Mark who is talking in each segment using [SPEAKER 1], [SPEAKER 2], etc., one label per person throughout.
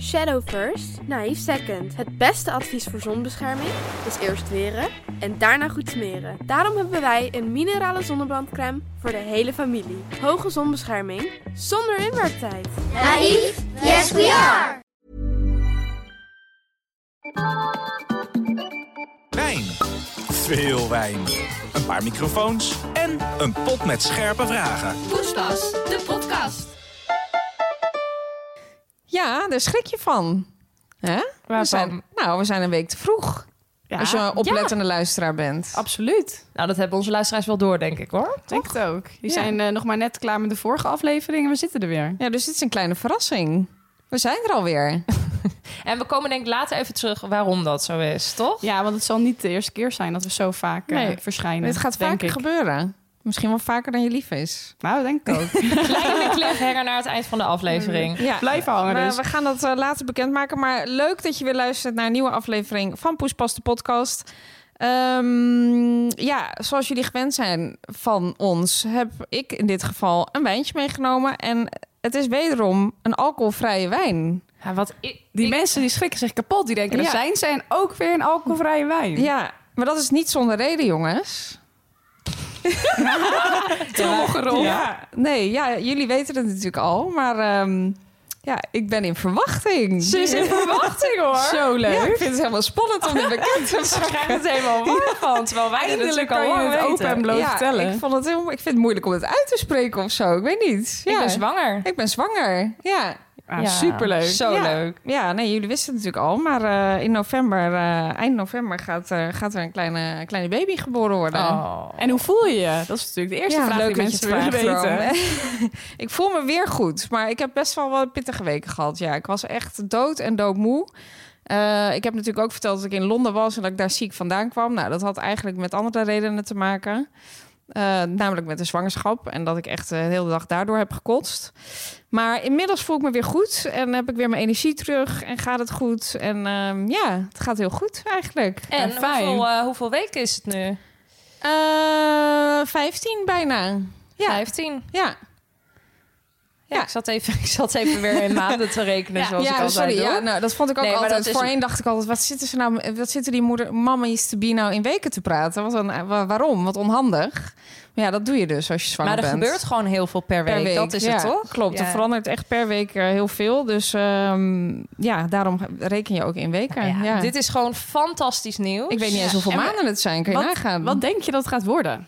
[SPEAKER 1] Shadow first, naïef second. Het beste advies voor zonbescherming is eerst weren en daarna goed smeren. Daarom hebben wij een minerale zonnebrandcrème voor de hele familie. Hoge zonbescherming zonder inwerktijd.
[SPEAKER 2] Naïef? Yes, we are!
[SPEAKER 3] Wijn. Veel wijn. Een paar microfoons en een pot met scherpe vragen.
[SPEAKER 4] Poespas, de podcast.
[SPEAKER 5] Ja, daar schrik je van. Hè? We
[SPEAKER 6] Waarvan?
[SPEAKER 5] zijn, nou, we zijn een week te vroeg.
[SPEAKER 6] Ja.
[SPEAKER 5] Als je een oplettende luisteraar bent.
[SPEAKER 6] Absoluut. Nou, dat hebben onze luisteraars wel door, denk ik hoor.
[SPEAKER 5] Toch?
[SPEAKER 6] Denk het ook. Die
[SPEAKER 5] Ja.
[SPEAKER 6] zijn eh, nog maar net klaar met de vorige aflevering en we zitten er weer.
[SPEAKER 5] Ja, dus dit is een kleine verrassing. We zijn er alweer.
[SPEAKER 4] En we komen denk ik later even terug waarom dat zo is, toch?
[SPEAKER 6] Ja, want het zal niet de eerste keer zijn dat we zo vaak eh,
[SPEAKER 5] Nee.
[SPEAKER 6] verschijnen.
[SPEAKER 5] Dit gaat
[SPEAKER 6] denk
[SPEAKER 5] vaker
[SPEAKER 6] ik.
[SPEAKER 5] gebeuren. Misschien wel vaker dan je lief is.
[SPEAKER 6] Nou, denk ik ook.
[SPEAKER 4] Kleine cliffhanger naar het eind van de aflevering.
[SPEAKER 5] Ja.
[SPEAKER 6] Blijf hangen
[SPEAKER 5] We,
[SPEAKER 6] dus.
[SPEAKER 5] we gaan dat eh, later bekendmaken. Maar leuk dat je weer luistert naar een nieuwe aflevering van Poespas de podcast. Ehm, ja, zoals jullie gewend zijn van ons, heb ik in dit geval een wijntje meegenomen. En het is wederom een alcoholvrije wijn.
[SPEAKER 4] Ja, wat ik,
[SPEAKER 6] Die
[SPEAKER 4] ik-
[SPEAKER 6] mensen die schrikken zich kapot. Die denken,
[SPEAKER 5] Ja.
[SPEAKER 6] er zijn ze en ook weer een alcoholvrije wijn.
[SPEAKER 5] Ja, maar dat is niet zonder reden, jongens.
[SPEAKER 6] Trommelgeroffel.
[SPEAKER 5] Ja. Nee, ja, jullie weten het natuurlijk al. Maar ehm, ja, ik ben in verwachting.
[SPEAKER 6] Ze is in verwachting hoor. Zo leuk.
[SPEAKER 5] Ja, ik vind het helemaal spannend om dit bekend te
[SPEAKER 4] Ze krijgen het helemaal warm van, terwijl wij het natuurlijk
[SPEAKER 6] Eindelijk kan
[SPEAKER 4] al
[SPEAKER 6] je
[SPEAKER 4] lang
[SPEAKER 6] het
[SPEAKER 4] weten.
[SPEAKER 6] open en bloot
[SPEAKER 5] Eh, ja,
[SPEAKER 6] vertellen.
[SPEAKER 5] Ik, vond het heel, ik vind het moeilijk om het uit te spreken of zo. Ik weet niet. Ja.
[SPEAKER 4] Ik ben zwanger.
[SPEAKER 5] Ik ben zwanger. Ja.
[SPEAKER 6] Ah,
[SPEAKER 4] Ja,
[SPEAKER 6] Superleuk.
[SPEAKER 4] Zo
[SPEAKER 5] Ja.
[SPEAKER 4] leuk.
[SPEAKER 5] Ja, nee, jullie wisten het natuurlijk al. Maar eh, in november, eh, eind november, gaat, eh, gaat er een kleine, kleine baby geboren worden.
[SPEAKER 4] Oh.
[SPEAKER 6] En hoe voel je je? Dat is natuurlijk de eerste
[SPEAKER 5] Ja,
[SPEAKER 6] vraag
[SPEAKER 5] leuk
[SPEAKER 6] die
[SPEAKER 5] dat je
[SPEAKER 6] mensen
[SPEAKER 5] het
[SPEAKER 6] willen
[SPEAKER 5] vraagt,
[SPEAKER 6] weten.
[SPEAKER 5] Rome. ik voel me weer goed, maar ik heb best wel wat pittige weken gehad. Ja, ik was echt dood en doodmoe. Eh, ik heb natuurlijk ook verteld dat ik in Londen was en dat ik daar ziek vandaan kwam. Nou, dat had eigenlijk met andere redenen te maken. Eh, namelijk met de zwangerschap en dat ik echt eh, de hele dag daardoor heb gekotst. Maar inmiddels voel ik me weer goed en heb ik weer mijn energie terug en gaat het goed. En ehm, ja, het gaat heel goed eigenlijk.
[SPEAKER 4] En
[SPEAKER 6] Ja, fijn.
[SPEAKER 4] hoeveel, eh, hoeveel weken is het nu?
[SPEAKER 5] Eh 15 bijna. Ja.
[SPEAKER 4] 15.
[SPEAKER 5] Ja.
[SPEAKER 4] Ja,
[SPEAKER 5] Ja.
[SPEAKER 4] Ik, zat even, ik zat even weer in maanden te rekenen, zoals ik
[SPEAKER 5] Ja,
[SPEAKER 4] al zei.
[SPEAKER 5] sorry.
[SPEAKER 4] doe.
[SPEAKER 5] Ja, nou, dat vond ik ook
[SPEAKER 4] Nee, maar
[SPEAKER 5] altijd.
[SPEAKER 4] dat is-
[SPEAKER 5] Voorheen dacht ik altijd, wat zitten ze nou, wat zitten die moeder, mama's te be nou in weken te praten? Wat een, wa- waarom? Wat onhandig. Maar ja, dat doe je dus als je zwanger
[SPEAKER 4] maar er
[SPEAKER 5] bent.
[SPEAKER 4] gebeurt gewoon heel veel per week.
[SPEAKER 5] per week.
[SPEAKER 4] Dat is
[SPEAKER 5] ja,
[SPEAKER 4] het toch?
[SPEAKER 5] Klopt. Er
[SPEAKER 4] Ja.
[SPEAKER 5] verandert echt per week eh, heel veel. Dus ehm, ja, daarom reken je ook in weken.
[SPEAKER 4] Ja,
[SPEAKER 5] Ja,
[SPEAKER 4] Dit is gewoon fantastisch nieuws.
[SPEAKER 5] Ik weet niet eens
[SPEAKER 4] Ja.
[SPEAKER 5] hoeveel
[SPEAKER 6] En wa-
[SPEAKER 5] maanden het zijn. Kun je
[SPEAKER 6] Wat,
[SPEAKER 5] nagaan?
[SPEAKER 6] wat denk je dat het gaat worden?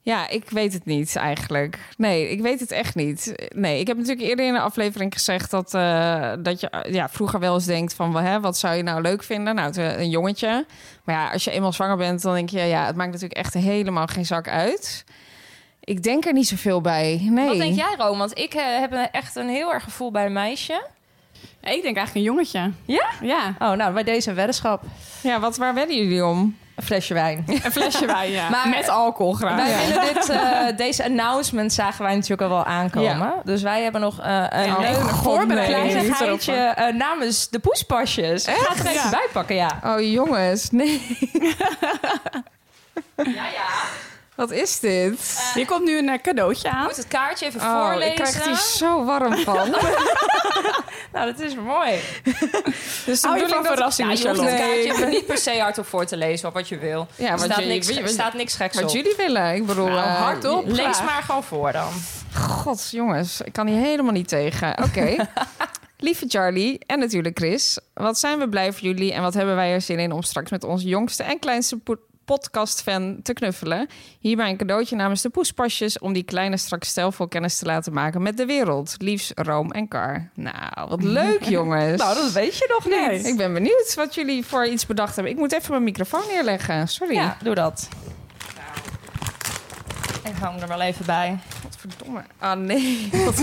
[SPEAKER 5] Ja, ik weet het niet eigenlijk. Nee, ik weet het echt niet. Nee, ik heb natuurlijk eerder in de aflevering gezegd dat, eh, dat je eh, ja, vroeger wel eens denkt van wel, hè, wat zou je nou leuk vinden? Nou, te- een jongetje. Maar ja, als je eenmaal zwanger bent, dan denk je ja, het maakt natuurlijk echt helemaal geen zak uit. Ik denk er niet zoveel bij. Nee.
[SPEAKER 4] Wat denk jij, Rome? Want ik eh, heb een- echt een heel erg gevoel bij een meisje.
[SPEAKER 6] Ja, ik denk eigenlijk een jongetje.
[SPEAKER 4] Ja?
[SPEAKER 6] Ja.
[SPEAKER 4] Oh, nou, bij deze weddenschap.
[SPEAKER 5] Ja, wat, waar werden jullie om?
[SPEAKER 4] Een flesje wijn.
[SPEAKER 6] Een flesje wijn, ja.
[SPEAKER 4] Maar-
[SPEAKER 6] Met alcohol graag.
[SPEAKER 4] Wij
[SPEAKER 6] Ja.
[SPEAKER 4] vinden dit, eh, deze announcement zagen wij natuurlijk al wel aankomen. Dus wij hebben nog eh, een
[SPEAKER 5] Oh,
[SPEAKER 4] leuk
[SPEAKER 5] God,
[SPEAKER 6] nee,
[SPEAKER 4] voorbereiding.
[SPEAKER 6] niet
[SPEAKER 4] Een
[SPEAKER 6] erop,
[SPEAKER 4] geitje eh, namens de poespasjes. Ik ga het er even
[SPEAKER 6] Ja.
[SPEAKER 4] bij pakken, ja.
[SPEAKER 5] Oh jongens, nee.
[SPEAKER 4] Ja, ja.
[SPEAKER 5] Wat is dit?
[SPEAKER 6] Hier komt nu een eh, cadeautje
[SPEAKER 4] Ik
[SPEAKER 6] aan.
[SPEAKER 4] moet het kaartje even
[SPEAKER 5] Oh,
[SPEAKER 4] Eh, voorlezen.
[SPEAKER 5] ik krijg het hier zo warm van.
[SPEAKER 4] Nou, dat is mooi.
[SPEAKER 5] Dus de
[SPEAKER 4] Oh,
[SPEAKER 6] Hou je
[SPEAKER 5] bedoeling
[SPEAKER 6] van
[SPEAKER 5] dat-
[SPEAKER 6] verrassingen,
[SPEAKER 4] je hoeft
[SPEAKER 6] Charlotte?
[SPEAKER 4] het
[SPEAKER 5] Nee.
[SPEAKER 4] kaartje even niet per se hardop voor te lezen of wat je wil.
[SPEAKER 5] Ja,
[SPEAKER 4] er
[SPEAKER 5] wat
[SPEAKER 4] staat,
[SPEAKER 5] je-
[SPEAKER 4] niks,
[SPEAKER 5] wat-
[SPEAKER 4] er staat niks geks op.
[SPEAKER 5] Wat jullie willen. Ik bedoel,
[SPEAKER 6] Nou,
[SPEAKER 5] eh,
[SPEAKER 6] hardop.
[SPEAKER 4] Lees
[SPEAKER 6] Graag.
[SPEAKER 4] maar gewoon voor dan.
[SPEAKER 5] God, jongens, ik kan hier helemaal niet tegen. Oké. Lieve Charlie en natuurlijk Chris, wat zijn we blij voor jullie en wat hebben wij er zin in om straks met onze jongste en kleinste po- podcastfan te knuffelen. Hierbij een cadeautje namens de Poespasjes om die kleine straks stijlvol kennis te laten maken met de wereld. Liefs Room en Kar. Nou, wat leuk jongens.
[SPEAKER 6] Nou,
[SPEAKER 4] weet je nog
[SPEAKER 6] Nee.
[SPEAKER 5] Ik ben benieuwd wat jullie voor iets bedacht hebben. Ik moet even mijn microfoon neerleggen. Sorry.
[SPEAKER 4] Ja, doe dat. Ik hang er wel even bij.
[SPEAKER 5] Wat verdomme. Ah nee. Wat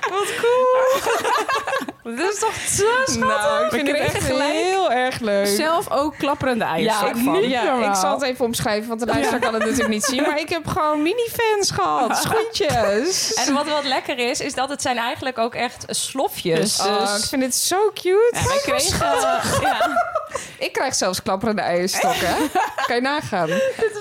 [SPEAKER 5] cool. Dit is toch zo schattig. Nou, ik
[SPEAKER 6] We
[SPEAKER 5] vind het
[SPEAKER 6] kregen
[SPEAKER 5] echt
[SPEAKER 6] gelijk
[SPEAKER 5] heel erg leuk.
[SPEAKER 6] Zelf ook klapperende eiers.
[SPEAKER 4] Ja,
[SPEAKER 6] ik
[SPEAKER 4] niet
[SPEAKER 6] van.
[SPEAKER 5] ja, ik zal het even omschrijven, want de luisteraar kan het natuurlijk niet zien. Maar ik heb gewoon minifans gehad. Schoentjes.
[SPEAKER 4] En wat wat lekker is, is dat het zijn eigenlijk ook echt slofjes.
[SPEAKER 6] Dus-
[SPEAKER 5] Oh, ik vind dit zo cute.
[SPEAKER 6] Ja, wij kregen... ja.
[SPEAKER 5] Ik krijg zelfs klapperende eierstokken. kan je nagaan.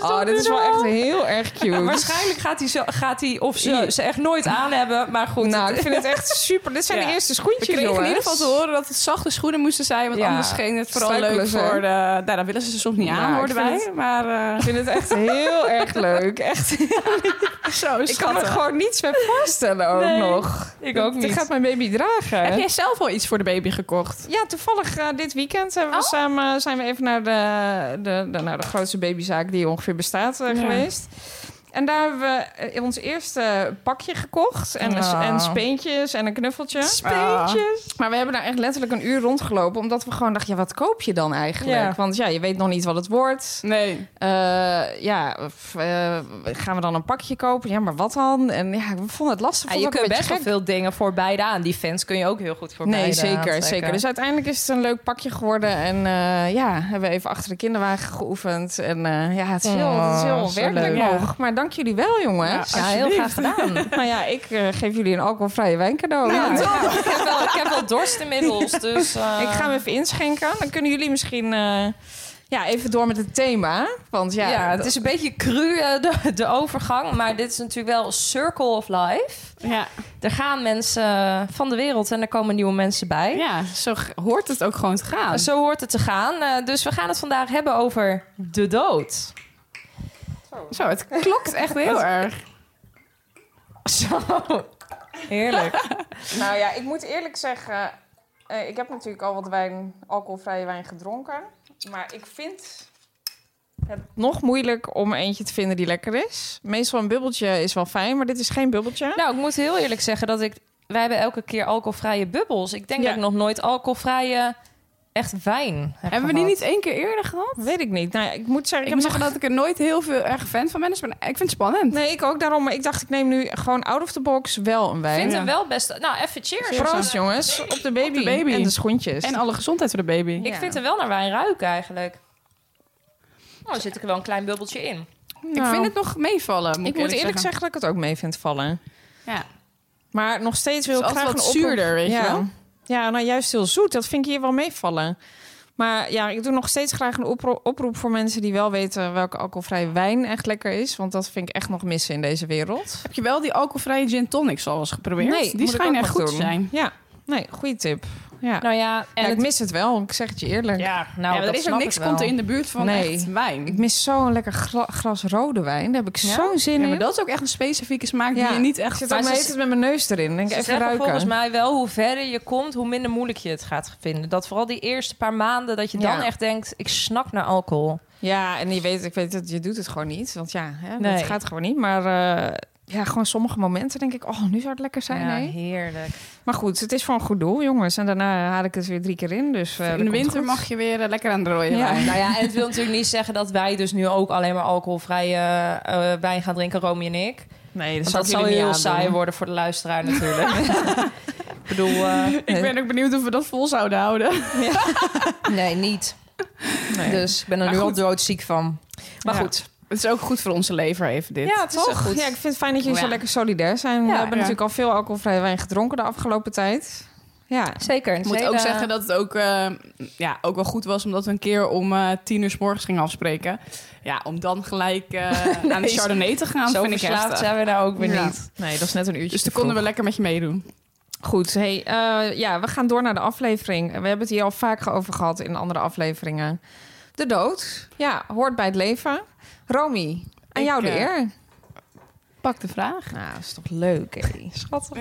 [SPEAKER 5] oh, dit is wel echt heel erg cute.
[SPEAKER 4] Waarschijnlijk gaat hij, zo, gaat hij of ze, ze echt nooit aan hebben. Maar goed,
[SPEAKER 5] Nou, ik vind het echt super. Dit zijn
[SPEAKER 6] Ja.
[SPEAKER 5] de eerste
[SPEAKER 6] We
[SPEAKER 5] schoentjes,
[SPEAKER 6] kregen in
[SPEAKER 5] jongens.
[SPEAKER 6] ieder geval te horen dat het zachte schoenen moesten zijn. Want
[SPEAKER 4] Ja.
[SPEAKER 6] anders ging het vooral
[SPEAKER 5] Struikelen
[SPEAKER 6] leuk
[SPEAKER 5] ze.
[SPEAKER 6] voor de... Nou, daar willen ze ze soms niet
[SPEAKER 5] Ja,
[SPEAKER 6] aan,
[SPEAKER 5] ik
[SPEAKER 6] hoorden
[SPEAKER 5] vind
[SPEAKER 6] wij. Maar eh,
[SPEAKER 5] Ik vind het echt heel erg leuk. Echt.
[SPEAKER 6] zo
[SPEAKER 5] Ik kan me
[SPEAKER 6] schattig.
[SPEAKER 5] gewoon niets meer voorstellen ook nog.
[SPEAKER 4] ik ook
[SPEAKER 5] Ik
[SPEAKER 4] niet.
[SPEAKER 5] gaat mijn baby dragen.
[SPEAKER 6] Heb jij zelf al iets voor de baby gekocht?
[SPEAKER 5] Ja, toevallig eh, dit weekend hebben we samen, zijn we even naar de, de, de, nou, de grootste babyzaak die ongeveer bestaat eh,
[SPEAKER 6] Ja.
[SPEAKER 5] geweest. En daar hebben we eh, ons eerste pakje gekocht. En, een s-
[SPEAKER 4] Ah.
[SPEAKER 5] en speentjes en een knuffeltje. Ah.
[SPEAKER 6] Speentjes.
[SPEAKER 5] Maar we hebben daar echt letterlijk een uur rondgelopen. Omdat we gewoon dachten, ja, wat koop je dan eigenlijk?
[SPEAKER 4] Ja.
[SPEAKER 5] Want ja, je weet nog niet wat het wordt.
[SPEAKER 6] Nee.
[SPEAKER 5] Eh, ja, f- eh, gaan we dan een pakje kopen? Ja, maar wat dan? En ja, we vonden het lastig.
[SPEAKER 4] Ja,
[SPEAKER 5] Vond
[SPEAKER 4] je
[SPEAKER 5] het ook
[SPEAKER 4] kunt
[SPEAKER 5] een
[SPEAKER 4] best
[SPEAKER 5] beetje
[SPEAKER 4] wel
[SPEAKER 5] gek.
[SPEAKER 4] veel dingen voor beide aan. Die fans kun je ook heel goed voor
[SPEAKER 5] Nee,
[SPEAKER 4] beide
[SPEAKER 5] zeker,
[SPEAKER 4] aantrekken.
[SPEAKER 5] zeker. Dus uiteindelijk is het een leuk pakje geworden. En eh, ja, hebben we even achter de kinderwagen geoefend. En eh, ja, het is heel,
[SPEAKER 4] Oh,
[SPEAKER 5] het is heel
[SPEAKER 4] zo
[SPEAKER 5] werkelijk
[SPEAKER 6] leuk.
[SPEAKER 5] nog. Maar dank jullie wel, jongens.
[SPEAKER 4] ja, heel graag gedaan.
[SPEAKER 5] Nou ja, ik eh, geef jullie een alcoholvrije wijn cadeau.
[SPEAKER 4] Ja,
[SPEAKER 5] Ja.
[SPEAKER 4] ja, ik, heb wel, ik heb wel dorst inmiddels, dus... eh,
[SPEAKER 5] Ik ga hem even inschenken. Dan kunnen jullie misschien eh, ja, even door met het thema. Want ja,
[SPEAKER 4] ja, het is een beetje cru eh, de, de overgang, maar dit is natuurlijk wel Circle of Life.
[SPEAKER 6] Ja.
[SPEAKER 4] Er gaan mensen van de wereld en er komen nieuwe mensen bij.
[SPEAKER 6] ja, zo g- hoort het ook gewoon te gaan.
[SPEAKER 4] Zo hoort het te gaan. Eh, dus we gaan het vandaag hebben over de dood.
[SPEAKER 6] Zo, het klokt echt heel erg.
[SPEAKER 4] Zo. Heerlijk.
[SPEAKER 5] Nou ja, ik moet eerlijk zeggen, eh, ik heb natuurlijk al wat wijn, alcoholvrije wijn gedronken. Maar ik vind het nog moeilijk om eentje te vinden die lekker is. Meestal een bubbeltje is wel fijn, maar dit is geen bubbeltje.
[SPEAKER 4] Nou, ik moet heel eerlijk zeggen dat ik... Wij hebben elke keer alcoholvrije bubbels. Ik denk
[SPEAKER 5] Ja.
[SPEAKER 4] dat ik nog nooit alcoholvrije echt wijn heb
[SPEAKER 6] Hebben we die
[SPEAKER 4] gehad.
[SPEAKER 6] niet één keer eerder gehad?
[SPEAKER 5] Weet ik niet. Nou ja, ik moet zeggen,
[SPEAKER 6] Ik
[SPEAKER 5] ik, heb
[SPEAKER 6] moet zeggen dat ik er nooit heel veel erg fan van ben. Dus ik ben- ik vind het spannend.
[SPEAKER 5] nog... Nee, ik ook daarom. Maar ik dacht, ik neem nu gewoon out of the box wel een
[SPEAKER 4] Ik
[SPEAKER 5] wijn.
[SPEAKER 4] vind hem wel best... Nou, even cheers.
[SPEAKER 5] Proost, jongens. Op de, baby.
[SPEAKER 6] baby.
[SPEAKER 5] en de schoentjes.
[SPEAKER 6] En alle gezondheid voor de baby.
[SPEAKER 4] Ik vind hem wel naar wijn ruiken eigenlijk. Nou, dan zit ik er wel een klein bubbeltje in.
[SPEAKER 6] Ik
[SPEAKER 5] Nou,
[SPEAKER 6] vind het nog meevallen. Moet
[SPEAKER 5] ik moet eerlijk zeggen. dat ik het ook mee vind vallen.
[SPEAKER 6] Ja.
[SPEAKER 5] Maar nog steeds wil
[SPEAKER 6] Het
[SPEAKER 5] ik
[SPEAKER 6] is
[SPEAKER 5] graag
[SPEAKER 6] altijd
[SPEAKER 5] een
[SPEAKER 6] wat
[SPEAKER 5] oproep-
[SPEAKER 6] zuurder, weet
[SPEAKER 5] ja.
[SPEAKER 6] je wel.
[SPEAKER 5] Ja, nou juist heel zoet. Dat vind ik hier wel meevallen. Maar ja, ik doe nog steeds graag een opro- oproep voor mensen die wel weten welke alcoholvrije wijn echt lekker is. Want dat vind ik echt nog missen in deze wereld.
[SPEAKER 6] Heb je wel die alcoholvrije gin tonics al eens geprobeerd?
[SPEAKER 5] moet
[SPEAKER 6] die
[SPEAKER 5] ik ook
[SPEAKER 6] schijnen echt
[SPEAKER 5] nog
[SPEAKER 6] goed te
[SPEAKER 5] doen.
[SPEAKER 6] zijn.
[SPEAKER 5] Ja, nee, goede tip. Ja.
[SPEAKER 4] Nou ja, en
[SPEAKER 5] Ja, ik
[SPEAKER 4] het-
[SPEAKER 5] mis het wel, ik zeg het je eerlijk.
[SPEAKER 4] Ja,
[SPEAKER 6] Ja,
[SPEAKER 4] nou,
[SPEAKER 6] maar
[SPEAKER 4] dat
[SPEAKER 6] er is ook
[SPEAKER 4] snap
[SPEAKER 6] niks
[SPEAKER 4] ik wel.
[SPEAKER 6] komt er in de buurt van
[SPEAKER 5] Nee.
[SPEAKER 6] echt wijn.
[SPEAKER 5] Ik mis zo'n lekker gla- glas rode wijn. Daar heb ik
[SPEAKER 4] Ja?
[SPEAKER 5] zo'n zin
[SPEAKER 6] ja,
[SPEAKER 5] in.
[SPEAKER 6] maar dat is ook echt een specifieke smaak
[SPEAKER 5] Ja.
[SPEAKER 6] die je niet
[SPEAKER 5] Ik
[SPEAKER 6] echt...
[SPEAKER 5] zit
[SPEAKER 4] Maar
[SPEAKER 5] ook
[SPEAKER 4] ze-
[SPEAKER 5] heet het met mijn neus erin. Denk
[SPEAKER 4] Ze
[SPEAKER 5] ik, even
[SPEAKER 4] zeggen
[SPEAKER 5] ruiken.
[SPEAKER 4] volgens mij wel, hoe verder je komt, hoe minder moeilijk je het gaat vinden. Dat vooral die eerste paar maanden, dat je dan
[SPEAKER 5] Ja.
[SPEAKER 4] echt denkt, ik snak naar alcohol.
[SPEAKER 5] Ja, en je weet, ik weet dat je doet het gewoon niet. Want ja, hè,
[SPEAKER 4] Nee.
[SPEAKER 5] dat gaat gewoon niet. Maar eh, ja, gewoon sommige momenten denk ik, oh, nu zou het lekker zijn.
[SPEAKER 4] ja,
[SPEAKER 5] hè?
[SPEAKER 4] heerlijk.
[SPEAKER 5] Maar goed, het is voor een goed doel, jongens. En daarna haal ik het weer drie keer in. Dus, eh, dat
[SPEAKER 6] in de
[SPEAKER 5] komt
[SPEAKER 6] winter
[SPEAKER 5] goed.
[SPEAKER 6] mag je weer eh, lekker aan het rooien.
[SPEAKER 5] Ja.
[SPEAKER 6] wijn.
[SPEAKER 4] Nou ja, en het wil natuurlijk niet zeggen dat wij dus nu ook alleen maar alcoholvrije eh, eh, wijn gaan drinken, Romy en ik.
[SPEAKER 5] Nee,
[SPEAKER 4] Want
[SPEAKER 5] dat,
[SPEAKER 4] Dus dat
[SPEAKER 5] zal
[SPEAKER 4] zou
[SPEAKER 5] ik jullie
[SPEAKER 4] heel
[SPEAKER 5] niet aandoen.
[SPEAKER 4] saai worden voor de luisteraar natuurlijk. ik bedoel, eh,
[SPEAKER 6] Ik ben ook benieuwd of we dat vol zouden houden.
[SPEAKER 4] nee, niet.
[SPEAKER 5] Nee.
[SPEAKER 4] Dus ik ben er
[SPEAKER 6] Maar
[SPEAKER 4] nu al
[SPEAKER 6] goed.
[SPEAKER 4] doodziek van. Maar
[SPEAKER 5] Ja.
[SPEAKER 4] goed.
[SPEAKER 6] Het is ook goed voor onze lever even dit.
[SPEAKER 4] Ja, het is
[SPEAKER 5] Toch?
[SPEAKER 4] goed.
[SPEAKER 5] Ja, ik vind het fijn dat jullie
[SPEAKER 6] Ja.
[SPEAKER 5] zo lekker solidair zijn. We
[SPEAKER 4] Ja,
[SPEAKER 5] hebben
[SPEAKER 6] ja.
[SPEAKER 5] natuurlijk al veel alcoholvrije wijn gedronken de afgelopen tijd. Ja,
[SPEAKER 4] Zeker.
[SPEAKER 6] Ik moet ook zeggen dat het ook, eh, ja, ook wel goed was omdat we een keer om eh, tien uur s morgens gingen afspreken. Ja, om dan gelijk eh, aan de
[SPEAKER 4] Nee,
[SPEAKER 6] Chardonnay te gaan,
[SPEAKER 4] zo
[SPEAKER 6] vind ik
[SPEAKER 4] verslaafd
[SPEAKER 6] heftig.
[SPEAKER 4] zijn we nou ook weer
[SPEAKER 6] Ja.
[SPEAKER 4] niet.
[SPEAKER 5] nee, dat is net een uurtje
[SPEAKER 6] Dus
[SPEAKER 5] te
[SPEAKER 6] toen konden
[SPEAKER 5] vroeg.
[SPEAKER 6] we lekker met je meedoen.
[SPEAKER 5] Goed, hey, eh, ja, we gaan door naar de aflevering. We hebben het hier al vaak over gehad in andere afleveringen. De dood, ja, hoort bij het leven. Romy, aan
[SPEAKER 6] Ik,
[SPEAKER 5] jou de
[SPEAKER 6] eh,
[SPEAKER 5] eer.
[SPEAKER 6] Pak de vraag.
[SPEAKER 5] Nou, dat is toch leuk, hé. Schattig.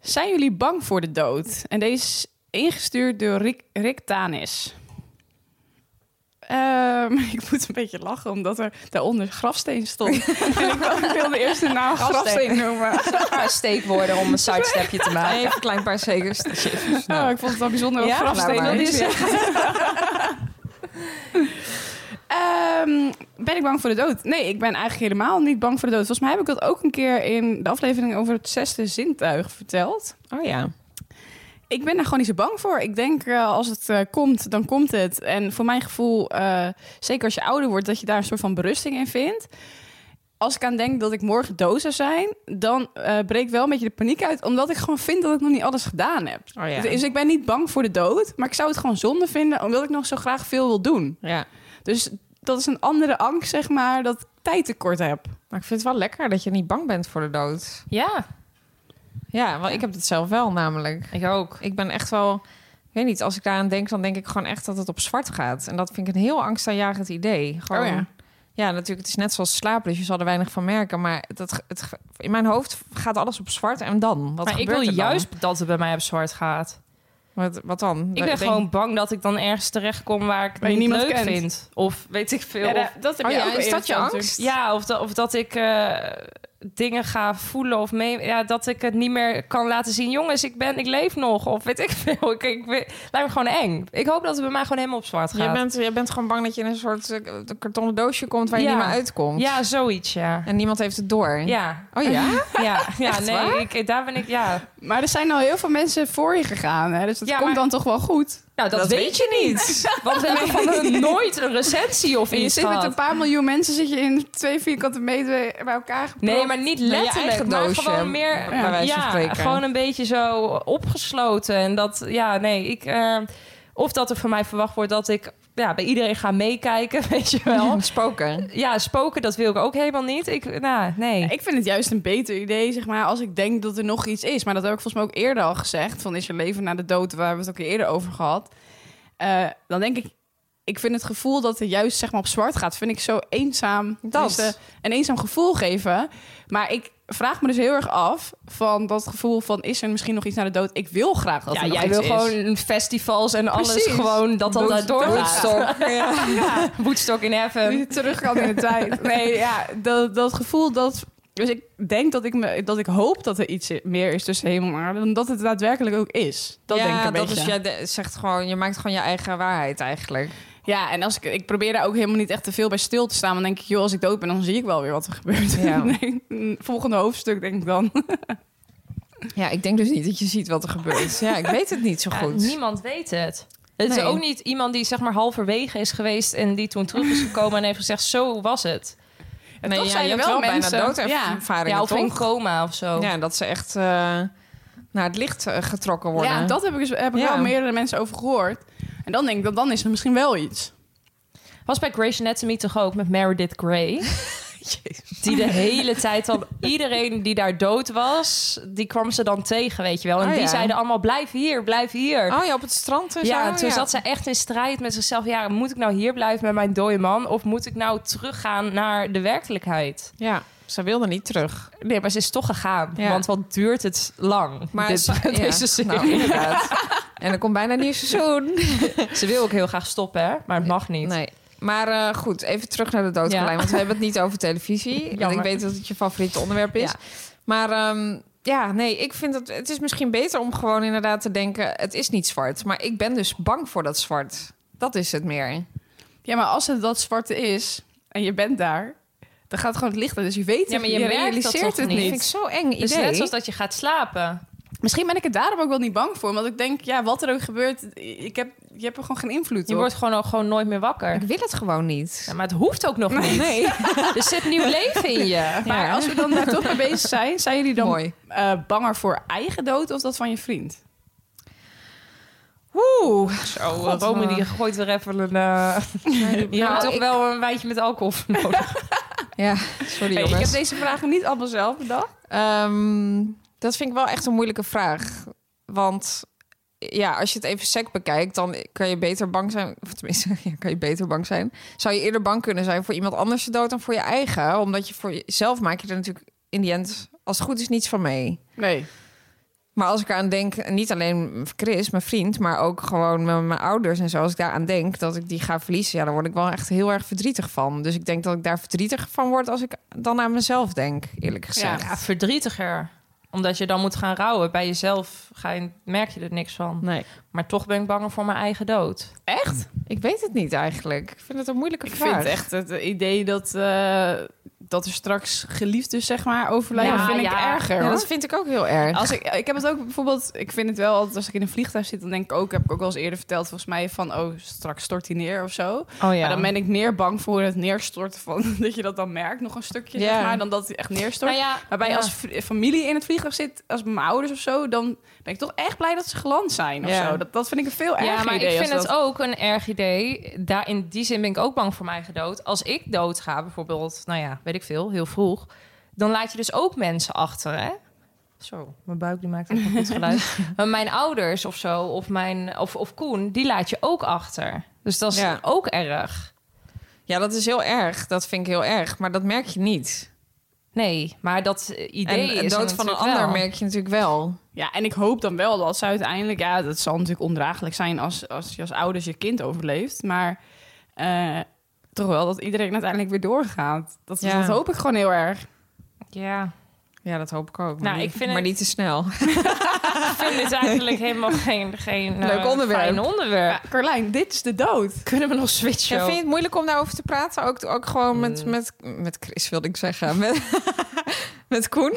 [SPEAKER 6] Zijn jullie bang voor de dood? En deze is ingestuurd door Rick, Rick Tanis. Ehm, ik moet een beetje lachen, omdat er daaronder grafsteen stond. en ik dacht, ik wilde eerst de naam grafsteen,
[SPEAKER 4] Grafsteen.
[SPEAKER 6] noemen.
[SPEAKER 4] Een paar steekwoorden om een sidestepje te maken.
[SPEAKER 5] Even een klein paar zekers.
[SPEAKER 6] Oh, ik vond het wel bijzonder dat
[SPEAKER 4] Ja?
[SPEAKER 6] grafsteen
[SPEAKER 5] Nou, maar.
[SPEAKER 6] dat is. Ehm, ben ik bang voor de dood? Nee, ik ben eigenlijk helemaal niet bang voor de dood. Volgens mij heb ik dat ook een keer in de aflevering over het zesde zintuig verteld.
[SPEAKER 5] Oh ja.
[SPEAKER 6] Ik ben daar gewoon niet zo bang voor. Ik denk eh, als het eh, komt, dan komt het. En voor mijn gevoel, eh, zeker als je ouder wordt, dat je daar een soort van berusting in vindt. als ik aan denk dat ik morgen doos zou zijn, dan eh breekt wel een beetje de paniek uit. Omdat ik gewoon vind dat ik nog niet alles gedaan heb.
[SPEAKER 5] Oh ja.
[SPEAKER 6] Dus ik ben niet bang voor de dood, maar ik zou het gewoon zonde vinden omdat ik nog zo graag veel wil doen.
[SPEAKER 5] ja.
[SPEAKER 6] Dus dat is een andere angst, zeg maar, dat ik tijd tekort heb.
[SPEAKER 5] Maar ik vind het wel lekker dat je niet bang bent voor de dood.
[SPEAKER 4] Ja,
[SPEAKER 5] Ja, want ik heb het zelf wel namelijk.
[SPEAKER 4] ik ook.
[SPEAKER 5] Ik ben echt wel... Ik weet niet, als ik daaraan denk, dan denk ik gewoon echt dat het op zwart gaat. En dat vind ik een heel angstaanjagend idee. Gewoon,
[SPEAKER 6] Oh ja.
[SPEAKER 5] Ja, natuurlijk, het is net zoals slapen, dus je zal er weinig van merken. Maar dat, het, in mijn hoofd gaat alles op zwart en dan? Wat
[SPEAKER 4] maar ik
[SPEAKER 5] gebeurt
[SPEAKER 4] wil
[SPEAKER 5] er dan?
[SPEAKER 4] juist dat het bij mij op zwart gaat.
[SPEAKER 5] Wat, wat dan?
[SPEAKER 4] Ik ben
[SPEAKER 5] Denk-
[SPEAKER 4] gewoon bang dat ik dan ergens terechtkom waar ik
[SPEAKER 6] Waar je
[SPEAKER 4] niet
[SPEAKER 6] niemand
[SPEAKER 4] leuk
[SPEAKER 6] kent.
[SPEAKER 4] vind. Of weet ik veel. of,
[SPEAKER 6] dat
[SPEAKER 5] Oh ja, is dat je angst?
[SPEAKER 4] ja, of, dat, of dat ik eh, dingen ga voelen of mee... Ja, dat ik het niet meer kan laten zien. Jongens, ik ben, ik leef nog. Of weet ik veel. Ik, ik, weet- lijkt me gewoon eng. Ik hoop dat het bij mij gewoon helemaal op zwart gaat.
[SPEAKER 5] Je bent, je bent gewoon bang dat je in een soort eh, kartonnen doosje komt waar je
[SPEAKER 4] Ja.
[SPEAKER 5] niet meer uitkomt.
[SPEAKER 4] Ja, zoiets, ja.
[SPEAKER 5] En niemand heeft het door.
[SPEAKER 4] Ja,
[SPEAKER 5] Oh ja?
[SPEAKER 4] ja, ja nee, ik, daar ben ik, ja.
[SPEAKER 6] Maar er zijn al heel veel mensen voor je gegaan, hè? dus dat
[SPEAKER 4] Ja,
[SPEAKER 6] komt
[SPEAKER 4] maar-
[SPEAKER 6] dan toch wel goed.
[SPEAKER 4] Nou, dat, weet, je niet. Want we hebben van hun nooit een recensie of
[SPEAKER 6] En je
[SPEAKER 4] iets
[SPEAKER 6] zit met een
[SPEAKER 4] gehad.
[SPEAKER 6] paar miljoen mensen zit je in twee vierkante meter bij elkaar gepropt.
[SPEAKER 4] Nee, maar niet
[SPEAKER 5] je
[SPEAKER 4] letterlijk,
[SPEAKER 5] eigen
[SPEAKER 4] maar
[SPEAKER 5] doosje,
[SPEAKER 4] gewoon meer...
[SPEAKER 5] bij wijze van
[SPEAKER 4] ja,
[SPEAKER 5] spreken.
[SPEAKER 4] gewoon een beetje zo opgesloten. En dat, ja, nee, ik... eh, of dat er van mij verwacht wordt dat ik ja, bij iedereen ga meekijken, weet je wel.
[SPEAKER 5] Spoken.
[SPEAKER 4] Ja, spoken, dat wil ik ook helemaal niet. Ik, nou, nee.
[SPEAKER 6] Ik vind het juist een beter idee, zeg maar, als ik denk dat er nog iets is. Maar dat heb ik volgens mij ook eerder al gezegd. Van is er leven na de dood, waar we het ook eerder over gehad. Eh, dan denk ik, ik vind het gevoel dat het juist zeg maar, op zwart gaat, vind ik zo eenzaam. Tenminste, een eenzaam gevoel geven. Maar ik vraag me dus heel erg af van dat gevoel van is er misschien nog iets na de dood? Ik wil graag dat
[SPEAKER 4] ja,
[SPEAKER 6] er nog
[SPEAKER 4] jij
[SPEAKER 6] iets
[SPEAKER 4] wil
[SPEAKER 6] is.
[SPEAKER 4] gewoon festivals en alles
[SPEAKER 6] Precies.
[SPEAKER 4] gewoon dat dat daar
[SPEAKER 6] Woodstock.
[SPEAKER 4] doorgaat. Ja. Woodstock in heaven.
[SPEAKER 6] Die terug kan in de tijd. Ehm, Nee, ja, dat, dat gevoel dat. Dus ik denk dat ik, me, dat ik hoop dat er iets meer is tussen hemel en aarde. Dan dat het daadwerkelijk ook is. Dat
[SPEAKER 5] ja,
[SPEAKER 6] denk ik een
[SPEAKER 5] dat
[SPEAKER 6] beetje.
[SPEAKER 5] Is, jij de- zegt gewoon, je maakt gewoon je eigen waarheid eigenlijk.
[SPEAKER 6] Ja, en als ik, ik probeer daar ook helemaal niet echt te veel bij stil te staan. Want dan denk ik, joh, als ik dood ben, dan zie ik wel weer wat er gebeurt.
[SPEAKER 5] Ja.
[SPEAKER 6] Nee, mm, volgende hoofdstuk denk ik dan.
[SPEAKER 5] Ja, ik denk dus niet dat je ziet wat er gebeurt. Ja, ik weet het niet zo
[SPEAKER 4] Ja,
[SPEAKER 5] goed.
[SPEAKER 4] niemand weet het. Het
[SPEAKER 5] Nee.
[SPEAKER 4] is ook niet iemand die zeg maar halverwege is geweest en die toen terug is gekomen en heeft gezegd: zo was het.
[SPEAKER 5] nee,
[SPEAKER 6] toch
[SPEAKER 5] ja,
[SPEAKER 6] zijn
[SPEAKER 5] je
[SPEAKER 6] er
[SPEAKER 5] hebt
[SPEAKER 6] wel mensen-
[SPEAKER 5] bijna doodervaringen,
[SPEAKER 4] Ja, of in
[SPEAKER 5] toch?
[SPEAKER 4] coma of zo.
[SPEAKER 5] Ja, dat ze echt eh, naar het licht eh, getrokken worden.
[SPEAKER 6] Ja, dat heb ik, dus, heb ik
[SPEAKER 5] Ja.
[SPEAKER 6] wel meerdere mensen over gehoord. En dan denk ik, dat dan is er misschien wel iets.
[SPEAKER 4] Was bij Grey's Anatomy toch ook met Meredith Grey? die de hele tijd dan iedereen die daar dood was, die kwam ze dan tegen, weet je wel. En
[SPEAKER 5] Oh,
[SPEAKER 4] die
[SPEAKER 5] ja.
[SPEAKER 4] zeiden allemaal: blijf hier, blijf hier.
[SPEAKER 5] Oh ja, op het strand en
[SPEAKER 4] Ja,
[SPEAKER 5] zo, oh,
[SPEAKER 4] en toen zat ze echt in strijd met zichzelf. Ja, moet ik nou hier blijven met mijn dode man? Of moet ik nou teruggaan naar de werkelijkheid?
[SPEAKER 5] Ja, ze wilde niet terug.
[SPEAKER 4] Nee, maar ze is toch gegaan.
[SPEAKER 5] Ja.
[SPEAKER 4] Want wat duurt het lang?
[SPEAKER 5] Maar
[SPEAKER 4] dit,
[SPEAKER 5] ze-
[SPEAKER 4] deze
[SPEAKER 5] ja,
[SPEAKER 4] serie.
[SPEAKER 5] nou, inderdaad. en er komt bijna een nieuw seizoen.
[SPEAKER 4] Ze wil ook heel graag stoppen, hè? maar het mag niet.
[SPEAKER 5] Nou. Nee. Maar eh, goed, even terug naar de doodkalijn.
[SPEAKER 4] Ja.
[SPEAKER 5] Want we hebben het niet over televisie. Want ik
[SPEAKER 4] Jammer.
[SPEAKER 5] weet dat het je favoriete onderwerp is.
[SPEAKER 4] Ja.
[SPEAKER 5] Maar ehm, ja, nee, ik vind dat het is misschien beter om gewoon inderdaad te denken: het is niet zwart. Maar ik ben dus bang voor dat zwart. Dat is het meer.
[SPEAKER 6] Ja, maar als het dat zwarte is en je bent daar, dan gaat gewoon het licht uit. Dus je weet
[SPEAKER 4] Ja,
[SPEAKER 6] het,
[SPEAKER 4] maar je merkt dat
[SPEAKER 6] realiseert
[SPEAKER 4] toch niet?
[SPEAKER 6] het
[SPEAKER 5] Dat
[SPEAKER 6] niet.
[SPEAKER 5] vind ik zo eng idee.
[SPEAKER 4] Dus net zoals dat je gaat slapen.
[SPEAKER 6] Misschien ben ik er daarom ook wel niet bang voor. Want ik denk, ja, wat er ook gebeurt, ik heb, je hebt er gewoon geen invloed
[SPEAKER 4] Je
[SPEAKER 6] op.
[SPEAKER 4] wordt gewoon, ook gewoon nooit meer wakker.
[SPEAKER 5] Ik wil het gewoon niet.
[SPEAKER 4] Ja, maar het hoeft ook nog niet.
[SPEAKER 5] Nee.
[SPEAKER 4] Er zit nieuw leven in je.
[SPEAKER 6] Maar
[SPEAKER 5] Ja.
[SPEAKER 6] als we dan daar toch mee bezig zijn, zijn jullie dan
[SPEAKER 5] Mooi.
[SPEAKER 6] eh, banger voor eigen dood of dat van je vriend?
[SPEAKER 5] Oeh.
[SPEAKER 4] Zo, Rome die gooit weer even een... eh, je
[SPEAKER 5] Nou,
[SPEAKER 4] hebt toch
[SPEAKER 5] ik-
[SPEAKER 4] wel een wijntje met alcohol voor nodig.
[SPEAKER 5] Ja, sorry
[SPEAKER 6] Hey,
[SPEAKER 5] jongens.
[SPEAKER 6] ik heb deze vragen niet allemaal zelf bedacht.
[SPEAKER 5] Ehm, dat vind ik wel echt een moeilijke vraag. Want ja, als je het even sec bekijkt, dan kan je beter bang zijn. Of tenminste, ja, kan je beter bang zijn. Zou je eerder bang kunnen zijn voor iemand anders de dood dan voor je eigen? Omdat je voor jezelf maak je er natuurlijk in die end, als het goed is, niets van mee.
[SPEAKER 6] Nee.
[SPEAKER 5] Maar als ik aan denk, en niet alleen Chris, mijn vriend, maar ook gewoon mijn, mijn ouders en zo. Als ik daaraan denk dat ik die ga verliezen, ja, dan word ik wel echt heel erg verdrietig van. Dus ik denk dat ik daar verdrietig van word als ik dan aan mezelf denk, eerlijk gezegd.
[SPEAKER 4] Ja, verdrietiger. Omdat je dan moet gaan rouwen. Bij jezelf ga je, merk je er niks van.
[SPEAKER 5] Nee.
[SPEAKER 4] Maar toch ben ik banger voor mijn eigen dood.
[SPEAKER 6] Echt?
[SPEAKER 5] Ik weet het niet eigenlijk. Ik vind het een moeilijke
[SPEAKER 6] Ik
[SPEAKER 5] vraag.
[SPEAKER 6] vind echt het idee dat, eh, dat er straks geliefdes zeg maar, overlijden,
[SPEAKER 4] Ja,
[SPEAKER 6] vind ik
[SPEAKER 4] ja.
[SPEAKER 6] erger.
[SPEAKER 5] Ja,
[SPEAKER 6] hoor.
[SPEAKER 5] dat vind ik ook heel erg.
[SPEAKER 6] Als ik, ik heb het ook bijvoorbeeld, ik vind het wel altijd als ik in een vliegtuig zit, dan denk ik ook, heb ik ook wel eens eerder verteld, volgens mij van, oh, straks stort hij neer of zo.
[SPEAKER 4] Oh ja.
[SPEAKER 6] Maar dan ben ik meer bang voor het neerstorten van, dat je dat dan merkt, nog een stukje,
[SPEAKER 5] Ja.
[SPEAKER 6] zeg maar, dan dat hij echt neerstort.
[SPEAKER 4] Nou ja,
[SPEAKER 6] Waarbij
[SPEAKER 4] ja.
[SPEAKER 6] als v- familie in het vliegtuig zit, als mijn ouders of zo, dan ben ik toch echt blij dat ze geland zijn of
[SPEAKER 5] Ja.
[SPEAKER 6] zo. Dat, dat vind ik een veel erger
[SPEAKER 4] Ja, maar
[SPEAKER 6] idee
[SPEAKER 4] ik
[SPEAKER 6] als
[SPEAKER 4] vind het
[SPEAKER 6] dat.
[SPEAKER 4] ook een erg idee. Daar, in die zin ben ik ook bang voor mijn eigen dood. Als ik dood ga, bijvoorbeeld, nou ja, weet ik veel, heel vroeg... dan laat je dus ook mensen achter, hè? Zo, mijn buik die maakt echt een goed geluid. maar mijn ouders of zo, of, mijn, of, of Koen, die laat je ook achter. Dus dat is
[SPEAKER 5] Ja.
[SPEAKER 4] ook erg.
[SPEAKER 5] Ja, dat is heel erg. Dat vind ik heel erg. Maar dat merk je niet.
[SPEAKER 4] Nee, maar dat eh, idee
[SPEAKER 5] en de
[SPEAKER 4] is er
[SPEAKER 5] dood van een
[SPEAKER 4] natuurlijk
[SPEAKER 5] ander
[SPEAKER 4] wel.
[SPEAKER 5] merk je natuurlijk wel.
[SPEAKER 6] Ja, en ik hoop dan wel dat ze uiteindelijk... Ja, dat zal natuurlijk ondraaglijk zijn als, als je als ouders je kind overleeft. Maar eh, toch wel dat iedereen uiteindelijk weer doorgaat. Dat,
[SPEAKER 5] Ja.
[SPEAKER 6] dat hoop ik gewoon heel erg.
[SPEAKER 4] Ja,
[SPEAKER 5] Ja, dat hoop ik ook. Maar,
[SPEAKER 4] Nou,
[SPEAKER 5] niet,
[SPEAKER 4] ik vind
[SPEAKER 5] maar
[SPEAKER 4] het-
[SPEAKER 5] niet te snel.
[SPEAKER 4] ik vind dit eigenlijk helemaal geen, geen
[SPEAKER 5] Leuk
[SPEAKER 4] eh,
[SPEAKER 5] onderwerp.
[SPEAKER 4] fijn onderwerp.
[SPEAKER 6] Carlijn, dit is de dood.
[SPEAKER 4] Kunnen we nog switchen?
[SPEAKER 5] Ja, vind je het moeilijk om daarover te praten? Ook, ook gewoon met, met, met Chris, wilde ik zeggen. Met, met Koen.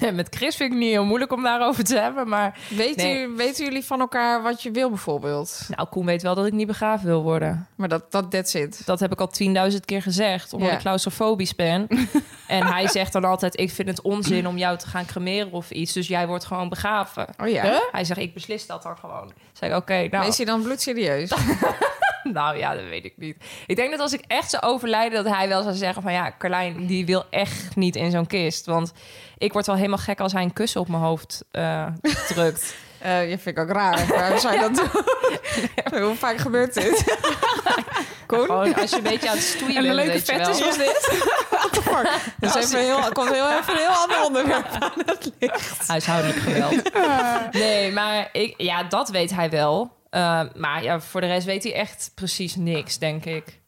[SPEAKER 4] Nee, Met Chris vind ik het niet heel moeilijk om daarover te hebben, maar...
[SPEAKER 5] Weet
[SPEAKER 4] Nee.
[SPEAKER 5] u, weten jullie van elkaar wat je wil bijvoorbeeld?
[SPEAKER 4] Nou, Koen weet wel dat ik niet begraven wil worden.
[SPEAKER 5] Maar dat, dat that's it.
[SPEAKER 4] Dat heb ik al 10.000 keer gezegd, omdat
[SPEAKER 5] Ja.
[SPEAKER 4] ik claustrofobisch ben. en hij zegt dan altijd, ik vind het onzin om jou te gaan cremeren of iets. Dus jij wordt gewoon begraven.
[SPEAKER 5] Oh ja.
[SPEAKER 4] Hij zegt, ik beslis dat dan gewoon. Zeg ik, oké, nou,
[SPEAKER 5] Nou. Is hij dan bloedserieus?
[SPEAKER 4] nou ja, dat weet ik niet. Ik denk dat als ik echt zou overlijden, dat hij wel zou zeggen van... ja, Carlijn, die wil echt niet in zo'n kist. Want ik word wel helemaal gek als hij een kussen op mijn hoofd eh, drukt.
[SPEAKER 5] Eh je vind ik ook raar. Waarom zou je dat doen? Hoe vaak gebeurt dit? Koen?
[SPEAKER 4] Gewoon als je een beetje aan het stoeien
[SPEAKER 6] En
[SPEAKER 4] bent,
[SPEAKER 6] een leuke
[SPEAKER 4] weet je wel.
[SPEAKER 6] vetus was dit.
[SPEAKER 5] Dus even heel, komt heel even een heel ander onderwerp aan het licht.
[SPEAKER 4] Huishoudelijk geweld. Nee, maar ik, ja, dat weet hij wel. Eh, maar ja, voor de rest weet hij echt precies niks, denk ik.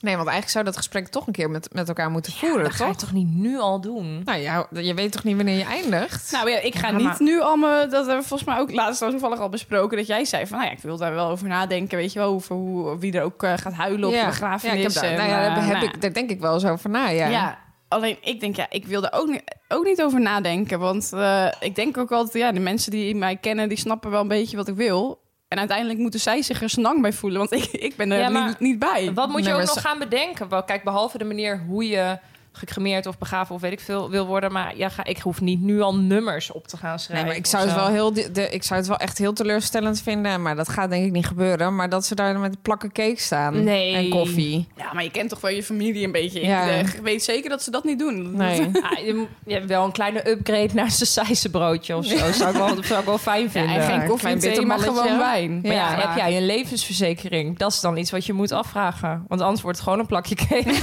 [SPEAKER 5] Nee, want eigenlijk zou dat gesprek toch een keer met, met elkaar moeten voeren,
[SPEAKER 4] Dat ga je
[SPEAKER 5] toch?
[SPEAKER 4] toch niet nu al doen?
[SPEAKER 5] Nou ja, je weet toch niet wanneer je eindigt?
[SPEAKER 6] Nou ja, ik ga
[SPEAKER 4] Ja,
[SPEAKER 6] niet
[SPEAKER 4] maar-
[SPEAKER 6] nu allemaal... Dat hebben we volgens mij ook laatst al toevallig al besproken. Dat jij zei van, nou ja, ik wil daar wel over nadenken. Weet je wel, over hoe, wie er ook eh, gaat huilen op de begrafenis.
[SPEAKER 5] Ja, ik heb daar,
[SPEAKER 6] en,
[SPEAKER 5] nou ja, daar,
[SPEAKER 6] eh,
[SPEAKER 5] heb
[SPEAKER 6] nou ja.
[SPEAKER 5] ik, daar denk ik wel zo over na, ja.
[SPEAKER 6] Ja. Alleen ik denk, ja, ik wil er ook, ni- ook niet over nadenken. Want eh, ik denk ook altijd, ja, de mensen die mij kennen, die snappen wel een beetje wat ik wil. En uiteindelijk moeten zij zich er snang bij voelen, want ik, ik ben er
[SPEAKER 4] Ja, maar-
[SPEAKER 6] niet, niet bij.
[SPEAKER 4] Wat moet je
[SPEAKER 5] Nee,
[SPEAKER 4] ook nog
[SPEAKER 5] maar ze-
[SPEAKER 4] gaan bedenken? Wel, Kijk, behalve de manier hoe je gecremeerd of begraven of weet ik veel wil worden. Maar ja, ga, ik hoef niet nu al nummers op te gaan
[SPEAKER 5] Nee,
[SPEAKER 4] schrijven.
[SPEAKER 5] maar ik
[SPEAKER 4] of
[SPEAKER 5] zou, het
[SPEAKER 4] zo.
[SPEAKER 5] wel heel, de, de- ik zou het wel echt heel teleurstellend vinden. Maar dat gaat denk ik niet gebeuren. Maar dat ze daar met plakken cake staan.
[SPEAKER 4] Nee.
[SPEAKER 5] En koffie.
[SPEAKER 6] Ja, maar je kent toch wel je familie een beetje.
[SPEAKER 5] Ja.
[SPEAKER 6] Ik eh, weet zeker dat ze dat niet doen.
[SPEAKER 5] Nee.
[SPEAKER 4] Ah, je, moet- je hebt wel een kleine upgrade naar een sausijzenbroodje of zo. Zou ik wel, zou ik wel fijn
[SPEAKER 6] Ja,
[SPEAKER 4] vinden.
[SPEAKER 6] en
[SPEAKER 5] Ja,
[SPEAKER 6] geen
[SPEAKER 5] een
[SPEAKER 6] koffie
[SPEAKER 5] klein
[SPEAKER 6] en thee, maar
[SPEAKER 5] bitterballetje.
[SPEAKER 6] gewoon wijn.
[SPEAKER 5] Ja.
[SPEAKER 4] Maar ja,
[SPEAKER 6] maar-
[SPEAKER 4] heb jij een levensverzekering? Dat is dan iets wat je moet afvragen. Want anders wordt het gewoon een plakje cake.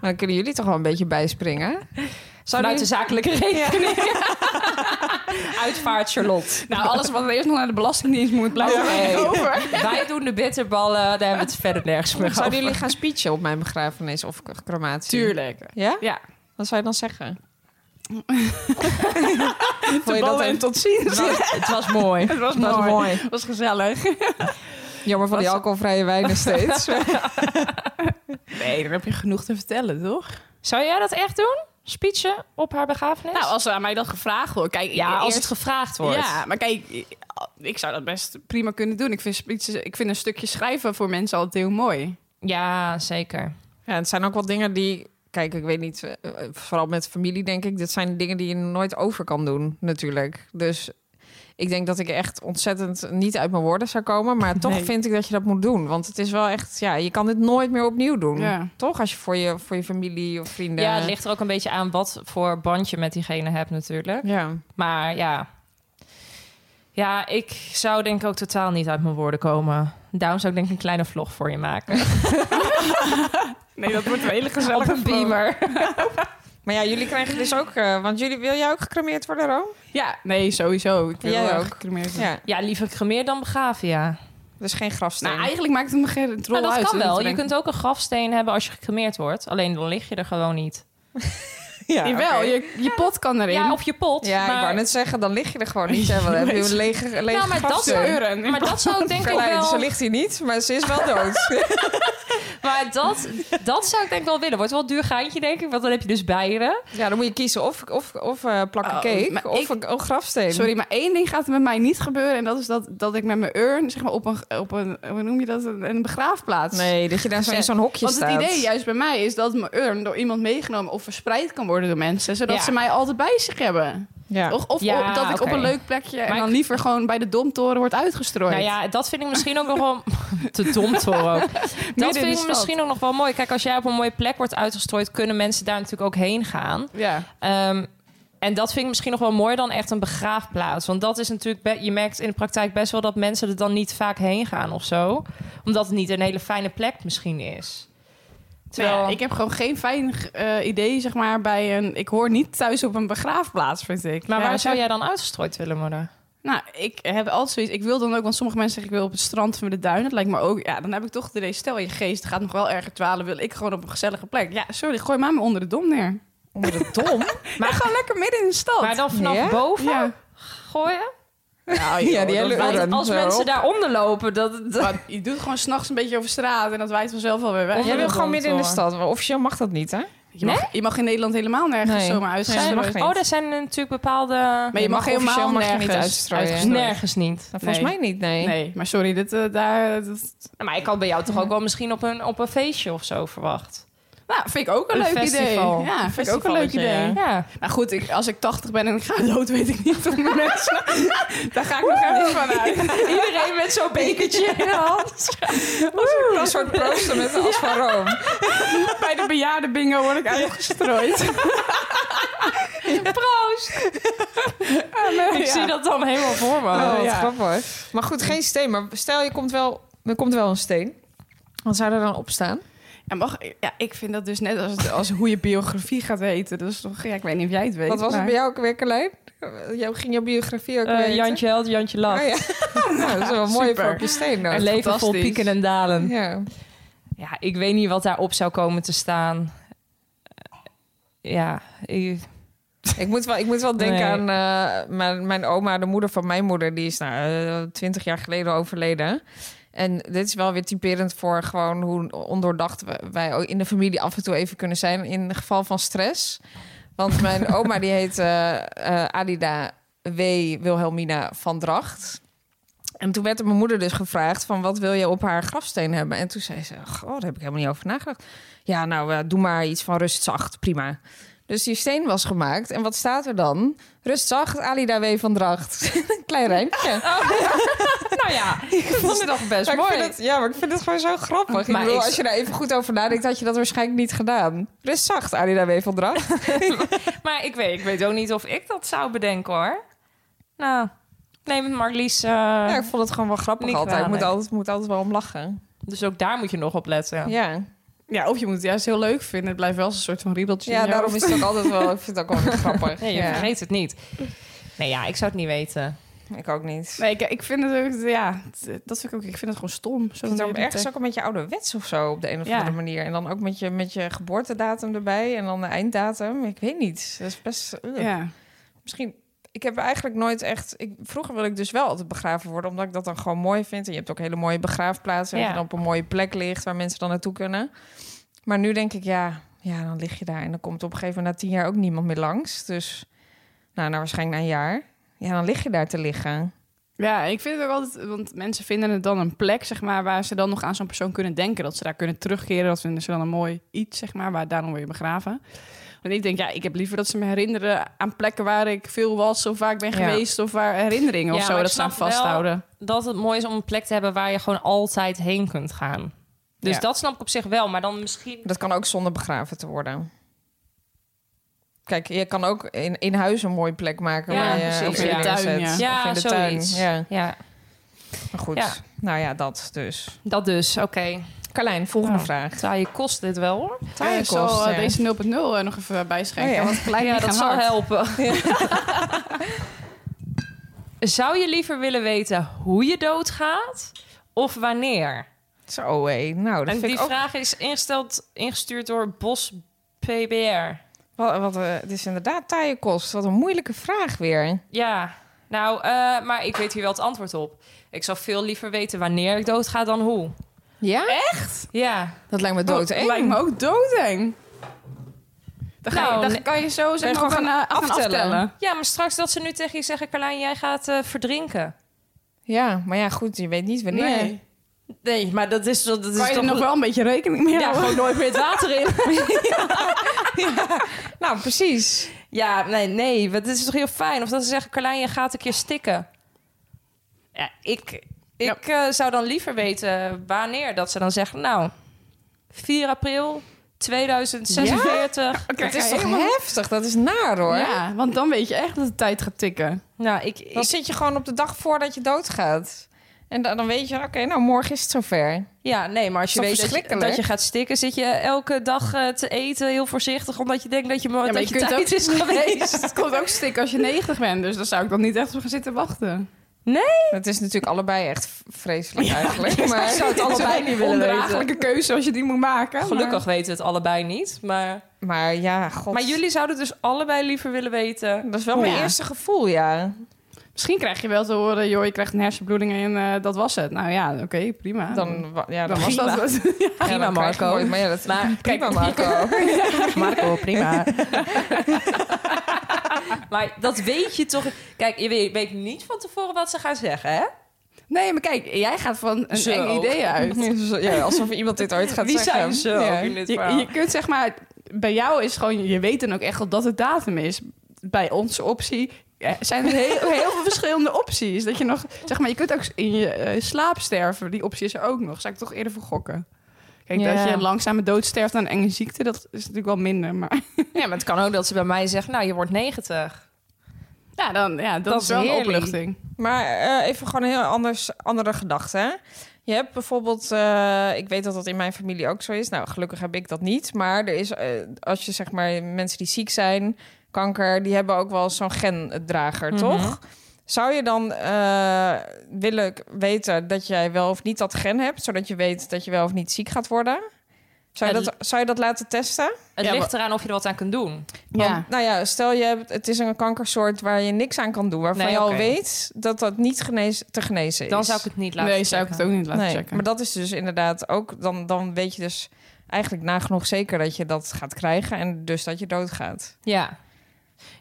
[SPEAKER 5] Maar dan kunnen jullie toch wel een beetje bijspringen.
[SPEAKER 4] Vanuit de zakelijke rekening. Uitvaart Charlotte.
[SPEAKER 6] Nou, alles wat eerst nog naar de Belastingdienst moet blijven.
[SPEAKER 4] Oké.
[SPEAKER 6] over.
[SPEAKER 4] Wij doen de bitterballen, daar hebben we het verder nergens meer over.
[SPEAKER 5] Zouden jullie gaan speechen op mijn begrafenis of k- crematie?
[SPEAKER 6] Tuurlijk.
[SPEAKER 5] Ja?
[SPEAKER 6] Ja.
[SPEAKER 5] Wat zou je dan zeggen?
[SPEAKER 6] Tot
[SPEAKER 5] je dat
[SPEAKER 6] ballen
[SPEAKER 5] een-
[SPEAKER 6] en tot ziens.
[SPEAKER 4] Het was, het was mooi.
[SPEAKER 6] Het was
[SPEAKER 5] Dat is
[SPEAKER 6] mooi.
[SPEAKER 5] mooi.
[SPEAKER 6] Het was gezellig.
[SPEAKER 5] Jammer van die alcoholvrije wijnen steeds.
[SPEAKER 6] Nee, dan heb je genoeg te vertellen, toch?
[SPEAKER 4] Zou jij dat echt doen? Speechen op haar begrafenis?
[SPEAKER 6] Nou, als ze aan mij dat gevraagd wordt. Kijk,
[SPEAKER 4] ja, als
[SPEAKER 6] eerst-
[SPEAKER 4] het gevraagd wordt.
[SPEAKER 6] Ja, maar kijk, ik zou dat best prima kunnen doen. Ik vind, speeches- ik vind een stukje schrijven voor mensen altijd heel mooi.
[SPEAKER 4] Ja, zeker.
[SPEAKER 5] Ja, het zijn ook wel dingen die... Kijk, ik weet niet, eh, eh, vooral met familie denk ik... dit zijn dingen die je nooit over kan doen, natuurlijk. Dus ik denk dat ik echt ontzettend niet uit mijn woorden zou komen... maar toch
[SPEAKER 6] Nee.
[SPEAKER 5] vind ik dat je dat moet doen. Want het is wel echt... Ja, je kan dit nooit meer opnieuw doen.
[SPEAKER 6] Ja.
[SPEAKER 5] Toch? Als je voor je, voor je familie of vrienden...
[SPEAKER 4] Ja, het ligt er ook een beetje aan wat voor band je met diegene hebt natuurlijk.
[SPEAKER 5] Ja.
[SPEAKER 4] Maar ja. Ja, ik zou denk ik ook totaal niet uit mijn woorden komen. Daarom zou ik denk ik een kleine vlog voor je maken.
[SPEAKER 6] Nee, dat wordt een hele
[SPEAKER 4] Op een beamer.
[SPEAKER 5] Maar ja, jullie krijgen dus ook... eh, want jullie, wil jij ook gecremeerd worden, Ro?
[SPEAKER 6] Ja, nee, sowieso. Ik wil
[SPEAKER 5] Jij
[SPEAKER 6] eh,
[SPEAKER 5] ook.
[SPEAKER 6] gecremeerd worden.
[SPEAKER 5] Ja,
[SPEAKER 4] Ja, liever cremeer dan begraven, ja.
[SPEAKER 5] dus geen grafsteen.
[SPEAKER 6] Nou, eigenlijk maakt het me geen rol
[SPEAKER 4] Maar Nou, dat
[SPEAKER 6] uit.
[SPEAKER 4] kan wel. Je
[SPEAKER 6] denk-
[SPEAKER 4] kunt ook een grafsteen hebben als je gecremeerd wordt. Alleen dan lig je er gewoon niet.
[SPEAKER 5] ja,
[SPEAKER 6] Jawel,
[SPEAKER 5] oké.
[SPEAKER 6] je, je pot kan erin.
[SPEAKER 4] Ja, op je pot.
[SPEAKER 5] Ja,
[SPEAKER 4] maar...
[SPEAKER 5] ik wou net zeggen, dan lig je er gewoon niet. Hè, want dan heb je een lege, lege
[SPEAKER 4] Nou, maar dat
[SPEAKER 5] grafsteen.
[SPEAKER 4] zou-
[SPEAKER 6] Euren.
[SPEAKER 4] Maar dat zou ik denk ik
[SPEAKER 5] Klein,
[SPEAKER 4] wel...
[SPEAKER 5] Ze ligt hier niet, maar ze is wel dood.
[SPEAKER 4] Maar dat, dat zou ik denk ik wel willen. Wordt wel een duur geintje, denk ik. Want dan heb je dus bijen.
[SPEAKER 5] Ja, dan moet je kiezen of, of, of eh, plakken
[SPEAKER 6] Oh,
[SPEAKER 5] cake
[SPEAKER 6] maar
[SPEAKER 5] of
[SPEAKER 6] ik-
[SPEAKER 5] een, een grafsteen.
[SPEAKER 6] Sorry, maar één ding gaat er met mij niet gebeuren. En dat is dat, dat ik met mijn urn zeg maar, op, een, op een, hoe noem je dat, een, een begraafplaats.
[SPEAKER 5] Nee, dat je daar zo in zo'n hokje
[SPEAKER 6] Want
[SPEAKER 5] staat.
[SPEAKER 6] het idee juist bij mij is dat mijn urn door iemand meegenomen of verspreid kan worden door mensen. Zodat
[SPEAKER 4] Ja.
[SPEAKER 6] ze mij altijd bij zich hebben.
[SPEAKER 5] Ja.
[SPEAKER 6] Of, of
[SPEAKER 4] Ja,
[SPEAKER 6] op- dat ik op
[SPEAKER 4] oké.
[SPEAKER 6] een leuk plekje en
[SPEAKER 4] Maar
[SPEAKER 6] dan
[SPEAKER 4] ik-
[SPEAKER 6] liever gewoon bij de domtoren wordt uitgestrooid.
[SPEAKER 4] Nou ja, dat vind ik misschien ook nog wel... Te dom, Toro. Dat
[SPEAKER 6] de
[SPEAKER 4] vind ik
[SPEAKER 6] stad.
[SPEAKER 4] misschien ook nog wel mooi. Kijk, als jij op een mooie plek wordt uitgestrooid... kunnen mensen daar natuurlijk ook heen gaan.
[SPEAKER 6] Ja.
[SPEAKER 4] Ehm, en dat vind ik misschien nog wel mooier dan echt een begraafplaats. Want dat is natuurlijk... be- je merkt in de praktijk best wel dat mensen er dan niet vaak heen gaan of zo. Omdat het niet een hele fijne plek misschien is. Terwijl...
[SPEAKER 6] Nou ja, ik heb gewoon geen fijn eh, idee, zeg maar, bij een... Ik hoor niet thuis op een begraafplaats, vind ik.
[SPEAKER 4] maar
[SPEAKER 6] Ja,
[SPEAKER 4] waar
[SPEAKER 6] dus
[SPEAKER 4] zou
[SPEAKER 6] ik-
[SPEAKER 4] jij dan uitgestrooid willen worden?
[SPEAKER 6] Nou, ik heb altijd zoiets... Ik wil dan ook, want sommige mensen zeggen... Ik wil op het strand van de duinen. Dat lijkt me ook... Ja, dan heb ik toch het idee... Stel, je geest gaat nog wel erger dwalen. Wil ik gewoon op een gezellige plek. Ja, sorry, gooi maar me onder de dom neer.
[SPEAKER 5] Onder de dom?
[SPEAKER 6] Maar gewoon lekker midden in de stad.
[SPEAKER 4] Maar dan vanaf
[SPEAKER 5] Ja?
[SPEAKER 4] boven
[SPEAKER 6] Oh, Ja.
[SPEAKER 4] gooien?
[SPEAKER 6] Nou,
[SPEAKER 5] Ja, die
[SPEAKER 6] dat
[SPEAKER 5] hele
[SPEAKER 6] waait-
[SPEAKER 5] urn.
[SPEAKER 4] Want als
[SPEAKER 5] zo.
[SPEAKER 4] mensen daaronder lopen, dat... dat-
[SPEAKER 6] Maar je doet gewoon s'nachts een beetje over straat en dat wijt vanzelf alweer weg.
[SPEAKER 4] Of
[SPEAKER 5] Jij wil
[SPEAKER 4] Onder de
[SPEAKER 5] gewoon midden in de
[SPEAKER 4] dom,
[SPEAKER 5] stad. maar Officieel mag dat niet, hè? Nou,
[SPEAKER 6] Je mag, je mag in Nederland helemaal nergens
[SPEAKER 5] Nee.
[SPEAKER 6] zomaar uitgaan.
[SPEAKER 5] Nee, je mag niet.
[SPEAKER 4] Oh, daar zijn natuurlijk bepaalde...
[SPEAKER 6] Maar je
[SPEAKER 5] mag
[SPEAKER 6] mag, helemaal
[SPEAKER 5] officieel mag je niet
[SPEAKER 6] nergens
[SPEAKER 5] uitstrooien.
[SPEAKER 6] uitgestrooid.
[SPEAKER 4] Nergens niet.
[SPEAKER 5] Nou, volgens
[SPEAKER 6] Nee.
[SPEAKER 5] mij niet, nee.
[SPEAKER 6] Nee, maar sorry, dit, eh, daar, dat-
[SPEAKER 4] Nou, maar ik had bij jou toch ook wel misschien op een, op een feestje of zo verwacht.
[SPEAKER 6] nou, vind ik ook een,
[SPEAKER 4] Een
[SPEAKER 6] leuk
[SPEAKER 4] festival.
[SPEAKER 6] idee. Ja, vind ik ook een leuk
[SPEAKER 4] Festivalletje,
[SPEAKER 6] idee.
[SPEAKER 4] ja. Ja.
[SPEAKER 6] Nou goed, ik, als ik 80 ben en ik ga dood, weet ik niet of mijn mensen... Daar ga ik nog even van uit.
[SPEAKER 4] Iedereen met zo'n bekertje in de hand.
[SPEAKER 5] Een soort prooster met de as van Rome.
[SPEAKER 6] Bij de bejaarden bingo word ik uitgestrooid.
[SPEAKER 4] Proost! Ik zie dat dan helemaal voor me.
[SPEAKER 5] Oh, wat
[SPEAKER 6] ja.
[SPEAKER 5] grappig. Maar goed, geen steen. Maar stel, je komt wel, er komt wel een steen. Wat zou er dan op staan?
[SPEAKER 6] Ja, mag, ja, ik vind dat dus net als, het- als hoe je biografie gaat heten. Dat is toch, ja, ik weet niet of jij het weet.
[SPEAKER 5] Wat was het
[SPEAKER 6] maar-
[SPEAKER 5] bij jou ook weer, Carlijn? Jou ging jouw biografie ook weer
[SPEAKER 4] Eh, Jantje Held, Jantje Lach.
[SPEAKER 5] Oh, ja. nou, dat is wel mooi
[SPEAKER 6] Super.
[SPEAKER 5] voor op je steen. Dan.
[SPEAKER 4] Een leven vol
[SPEAKER 6] fantastisch.
[SPEAKER 4] pieken en dalen.
[SPEAKER 5] Ja.
[SPEAKER 4] Ja, ik weet niet wat daarop zou komen te staan. Eh, Ja, ik-
[SPEAKER 5] Ik moet wel, ik moet wel denken
[SPEAKER 4] Nee.
[SPEAKER 5] aan eh, mijn, mijn oma, de moeder van mijn moeder. Die is nou, twintig jaar geleden overleden. En dit is wel weer typerend voor gewoon hoe ondoordacht we- wij ook in de familie af en toe even kunnen zijn. In het geval van stress. Want mijn oma die heet eh, eh, Adida W. Wilhelmina van Dracht. En toen werd er mijn moeder dus gevraagd van wat wil je op haar grafsteen hebben? En toen zei ze, goh, daar heb ik helemaal niet over nagedacht. Ja, nou, eh, doe maar iets van rustzacht, prima. Dus die steen was gemaakt. En wat staat er dan? Rustzacht, Alida W. van Dracht. Klein rijmpje.
[SPEAKER 4] nou ja, ik vond het toch best
[SPEAKER 5] Oh, Maar ik
[SPEAKER 4] mooi.
[SPEAKER 5] vind het- ja, maar ik vind het gewoon zo grappig.
[SPEAKER 4] Maar
[SPEAKER 5] ik bedoel,
[SPEAKER 4] ik-
[SPEAKER 5] als je daar even goed over nadenkt, had je dat waarschijnlijk niet gedaan. Rustzacht, Alida W. van Dracht.
[SPEAKER 4] Maar ik weet, ik weet ook niet of ik dat zou bedenken hoor. Nou, neem het Marlies. eh,
[SPEAKER 5] Ja, ik vond het gewoon wel grappig
[SPEAKER 4] Niet
[SPEAKER 5] altijd. Ik moet
[SPEAKER 4] kwalijk.
[SPEAKER 5] altijd, moet altijd wel om lachen.
[SPEAKER 4] Dus ook daar moet je nog op letten.
[SPEAKER 5] Ja,
[SPEAKER 6] Ja, of je moet het juist heel leuk vinden. Het blijft wel eens een soort van riedeltje. in
[SPEAKER 5] ja
[SPEAKER 6] je
[SPEAKER 5] daarom
[SPEAKER 6] hoofd.
[SPEAKER 5] is het ook altijd wel... Ik vind het ook wel weer grappig.
[SPEAKER 4] Nee, je
[SPEAKER 5] Ja.
[SPEAKER 4] vergeet het niet. Nee, ja, ik zou het niet weten.
[SPEAKER 5] Ik ook niet.
[SPEAKER 6] Nee, ik, ik vind het ook, ja, het- dat vind ik ook, ik vind het gewoon stom.
[SPEAKER 5] Ik
[SPEAKER 6] Zo'n
[SPEAKER 5] vind het ook
[SPEAKER 6] hele
[SPEAKER 5] ergens ook een beetje ouderwets of zo op de een of
[SPEAKER 6] Ja.
[SPEAKER 5] andere manier. En dan ook met je, met je geboortedatum erbij en dan de einddatum. Ik weet niet. Dat is best... eh,
[SPEAKER 6] tekst.
[SPEAKER 5] ugh.
[SPEAKER 6] Ja.
[SPEAKER 5] Misschien... Ik heb eigenlijk nooit echt... Ik, vroeger wil ik dus wel altijd begraven worden, omdat ik dat dan gewoon mooi vind. En je hebt ook hele mooie begraafplaatsen. En
[SPEAKER 4] Ja.
[SPEAKER 5] je dan op een mooie plek ligt waar mensen dan naartoe kunnen. Maar nu denk ik, ja, ja, dan lig je daar. En dan komt op een gegeven moment na tien jaar ook niemand meer langs. Dus nou, nou waarschijnlijk na een jaar. Ja, dan lig je daar te liggen.
[SPEAKER 6] ja, ik vind het ook altijd, want mensen vinden het dan een plek, zeg maar, waar ze dan nog aan zo'n persoon kunnen denken. Dat ze daar kunnen terugkeren. Dat vinden ze dan een mooi iets, zeg maar, waar daarom weer je begraven. Want ik denk, ja, ik heb liever dat ze me herinneren aan plekken waar ik veel was, of waar ik ben
[SPEAKER 5] Ja.
[SPEAKER 6] geweest, of waar herinneringen of
[SPEAKER 4] Ja,
[SPEAKER 6] zo,
[SPEAKER 4] maar ik
[SPEAKER 6] dat ze aan
[SPEAKER 4] snap wel-
[SPEAKER 6] vasthouden.
[SPEAKER 4] Dat het mooi is om een plek te hebben waar je gewoon altijd heen kunt gaan. Dus
[SPEAKER 6] Ja.
[SPEAKER 4] dat snap ik op zich wel, maar dan misschien.
[SPEAKER 5] Dat kan ook zonder begraven te worden. Kijk, je kan ook in, in huis een mooie plek maken.
[SPEAKER 4] Ja,
[SPEAKER 5] waar je,
[SPEAKER 4] precies.
[SPEAKER 5] of in
[SPEAKER 4] Ja.
[SPEAKER 5] de
[SPEAKER 6] Tuin,
[SPEAKER 5] tuin,
[SPEAKER 6] ja.
[SPEAKER 5] ja.
[SPEAKER 4] Ja,
[SPEAKER 5] of in de
[SPEAKER 4] zoiets.
[SPEAKER 5] tuin. Ja,
[SPEAKER 4] Ja,
[SPEAKER 5] maar goed.
[SPEAKER 4] Ja.
[SPEAKER 5] Nou ja, dat dus.
[SPEAKER 4] dat dus. Oké.
[SPEAKER 5] Carlijn, volgende
[SPEAKER 4] Nou.
[SPEAKER 5] vraag.
[SPEAKER 4] Terwijl je kost dit wel hoor.
[SPEAKER 6] Ja, ik zal
[SPEAKER 5] Taaienkost,
[SPEAKER 6] eh,
[SPEAKER 5] ja.
[SPEAKER 6] deze 0.0 er nog even bijschenken.
[SPEAKER 5] Oh ja.
[SPEAKER 6] Want gelijk
[SPEAKER 4] ja,
[SPEAKER 6] die
[SPEAKER 4] dat
[SPEAKER 6] gaan
[SPEAKER 4] zal
[SPEAKER 6] hard.
[SPEAKER 4] helpen. zou je liever willen weten hoe je doodgaat of wanneer?
[SPEAKER 5] Zo, hé. Nou, Oh, dat
[SPEAKER 4] en
[SPEAKER 5] vind
[SPEAKER 4] die
[SPEAKER 5] ik ook...
[SPEAKER 4] vraag is ingesteld, ingestuurd door Bos PBR.
[SPEAKER 5] Wat, wat, eh, het is inderdaad taaie kost. Wat een moeilijke vraag weer.
[SPEAKER 4] Ja, nou, eh, maar ik weet hier wel het antwoord op. Ik zou veel liever weten wanneer ik doodga dan hoe.
[SPEAKER 5] Ja?
[SPEAKER 4] Ja.
[SPEAKER 5] Dat lijkt me dood,
[SPEAKER 6] Dat lijkt me ook doodeng. Dan, ga je-
[SPEAKER 4] Nou,
[SPEAKER 6] dan
[SPEAKER 4] nee.
[SPEAKER 6] kan je zo zeg
[SPEAKER 5] je
[SPEAKER 6] maar
[SPEAKER 5] gewoon
[SPEAKER 6] gaan, eh, gaan aftellen.
[SPEAKER 4] Ja, maar straks dat ze nu tegen je zeggen... Carlijn, jij gaat eh, verdrinken.
[SPEAKER 5] Ja, maar ja, goed, je weet niet wanneer.
[SPEAKER 6] Nee.
[SPEAKER 4] Nee, maar dat is, dat is
[SPEAKER 6] Kan je er nog wel een beetje rekening mee
[SPEAKER 4] Ja,
[SPEAKER 6] houden?
[SPEAKER 4] gewoon nooit meer het water in.
[SPEAKER 5] Nou, precies.
[SPEAKER 4] ja, nee, nee. want Het is toch heel fijn. Of dat ze zeggen, Carlijn, je gaat een keer stikken. Ja, ik, ik eh, zou dan liever weten wanneer. Dat ze dan zeggen, nou, 4 april 2046.
[SPEAKER 6] Oké,
[SPEAKER 5] Het is
[SPEAKER 6] ga je
[SPEAKER 5] toch
[SPEAKER 6] helemaal-
[SPEAKER 5] heftig? Dat is naar hoor.
[SPEAKER 6] Ja, want dan weet je echt dat de tijd gaat tikken.
[SPEAKER 4] Nou, ik,
[SPEAKER 5] Dan
[SPEAKER 4] ik,
[SPEAKER 5] zit je gewoon op de dag voordat je doodgaat. En da- dan weet je, oké, nou morgen is het zover.
[SPEAKER 4] ja, nee, maar als je
[SPEAKER 5] Is dat
[SPEAKER 4] weet dat je,
[SPEAKER 5] verschrikkelijk?
[SPEAKER 4] dat je gaat stikken... zit je elke dag eh, te eten heel voorzichtig... omdat je denkt dat je, mo-
[SPEAKER 6] Ja, maar
[SPEAKER 4] dat
[SPEAKER 6] je
[SPEAKER 4] je,
[SPEAKER 6] kunt
[SPEAKER 4] tijd
[SPEAKER 6] ook-
[SPEAKER 4] is geweest.
[SPEAKER 6] Het komt ook stik als je 90 bent, dus dan zou ik dan niet echt op gaan zitten wachten.
[SPEAKER 5] Het is natuurlijk allebei echt v- vreselijk eigenlijk. maar
[SPEAKER 4] ik zou het allebei niet willen weten.
[SPEAKER 6] Ondraaglijke keuze als je die moet maken. maar-
[SPEAKER 4] Gelukkig weten we het allebei niet, maar...
[SPEAKER 5] Maar ja, god.
[SPEAKER 4] Maar jullie zouden dus allebei liever willen weten.
[SPEAKER 5] Dat is wel
[SPEAKER 6] Oh,
[SPEAKER 5] mijn
[SPEAKER 6] ja.
[SPEAKER 5] eerste gevoel, ja.
[SPEAKER 6] Misschien krijg je wel te horen, joh, je krijgt een hersenbloeding en eh, dat was het. Nou ja, oké, prima.
[SPEAKER 5] Dan, wa- ja,
[SPEAKER 6] Dan
[SPEAKER 5] dan
[SPEAKER 6] was dat het. Ja.
[SPEAKER 5] ja, dan krijg je nooit- maar ja, dat,
[SPEAKER 4] Maar-
[SPEAKER 5] prima Marco.
[SPEAKER 4] Marco, prima. maar dat weet je toch... Kijk, je weet, weet niet van tevoren wat ze gaan zeggen, hè?
[SPEAKER 6] Nee, maar kijk, jij gaat van een
[SPEAKER 4] Ze
[SPEAKER 6] eng
[SPEAKER 4] ook.
[SPEAKER 6] idee uit.
[SPEAKER 5] ja, alsof iemand dit ooit gaat
[SPEAKER 4] Wie
[SPEAKER 5] zeggen.
[SPEAKER 4] zijn ze
[SPEAKER 5] Ja.
[SPEAKER 4] ook in dit
[SPEAKER 6] Je,
[SPEAKER 4] verhaal?
[SPEAKER 6] je kunt zeg maar, bij jou is gewoon, je weet dan ook echt al dat het datum is. Bij onze optie eh, zijn er heel, heel veel verschillende opties. Dat je nog, zeg maar, je kunt ook in je eh, slaap sterven. Die optie is er ook nog. Zou ik toch eerder voor gokken? Kijk,
[SPEAKER 5] Ja.
[SPEAKER 6] dat je langzame dood sterft aan een enge ziekte, dat is natuurlijk wel minder. Maar
[SPEAKER 4] Ja, maar het kan ook dat ze bij mij zeggen... Nou, je wordt 90.
[SPEAKER 6] ja, dan, ja, dat,
[SPEAKER 4] Dat
[SPEAKER 6] is
[SPEAKER 4] is
[SPEAKER 6] wel een
[SPEAKER 4] heerlijk.
[SPEAKER 6] opluchting.
[SPEAKER 5] Maar eh, even gewoon een heel anders, andere gedachte. hè. Je hebt bijvoorbeeld, eh, ik weet dat dat in mijn familie ook zo is. Nou, gelukkig heb ik dat niet. Maar er is, eh, als je zeg maar mensen die ziek zijn, kanker, die hebben ook wel zo'n gendrager, toch? Zou je dan eh, willen k- weten dat jij wel of niet dat gen hebt, zodat je weet dat je wel of niet ziek gaat worden? Zou je
[SPEAKER 4] Het-
[SPEAKER 5] dat, zou je dat laten testen?
[SPEAKER 4] Het
[SPEAKER 6] Ja,
[SPEAKER 4] ligt eraan of je er wat aan kunt doen.
[SPEAKER 5] Want,
[SPEAKER 6] Ja.
[SPEAKER 5] nou ja, stel je hebt, het is een kankersoort waar je niks aan kan doen, waarvan
[SPEAKER 4] Nee,
[SPEAKER 5] je al
[SPEAKER 4] oké.
[SPEAKER 5] weet dat dat niet genees, te genezen is.
[SPEAKER 4] Dan zou ik het niet laten
[SPEAKER 6] Nee, zou ik het
[SPEAKER 4] checken.
[SPEAKER 6] ook niet laten
[SPEAKER 5] nee,
[SPEAKER 6] checken.
[SPEAKER 5] Maar dat is dus inderdaad ook, dan, dan weet je dus eigenlijk nagenoeg zeker dat je dat gaat krijgen en dus dat je doodgaat.
[SPEAKER 4] Ja.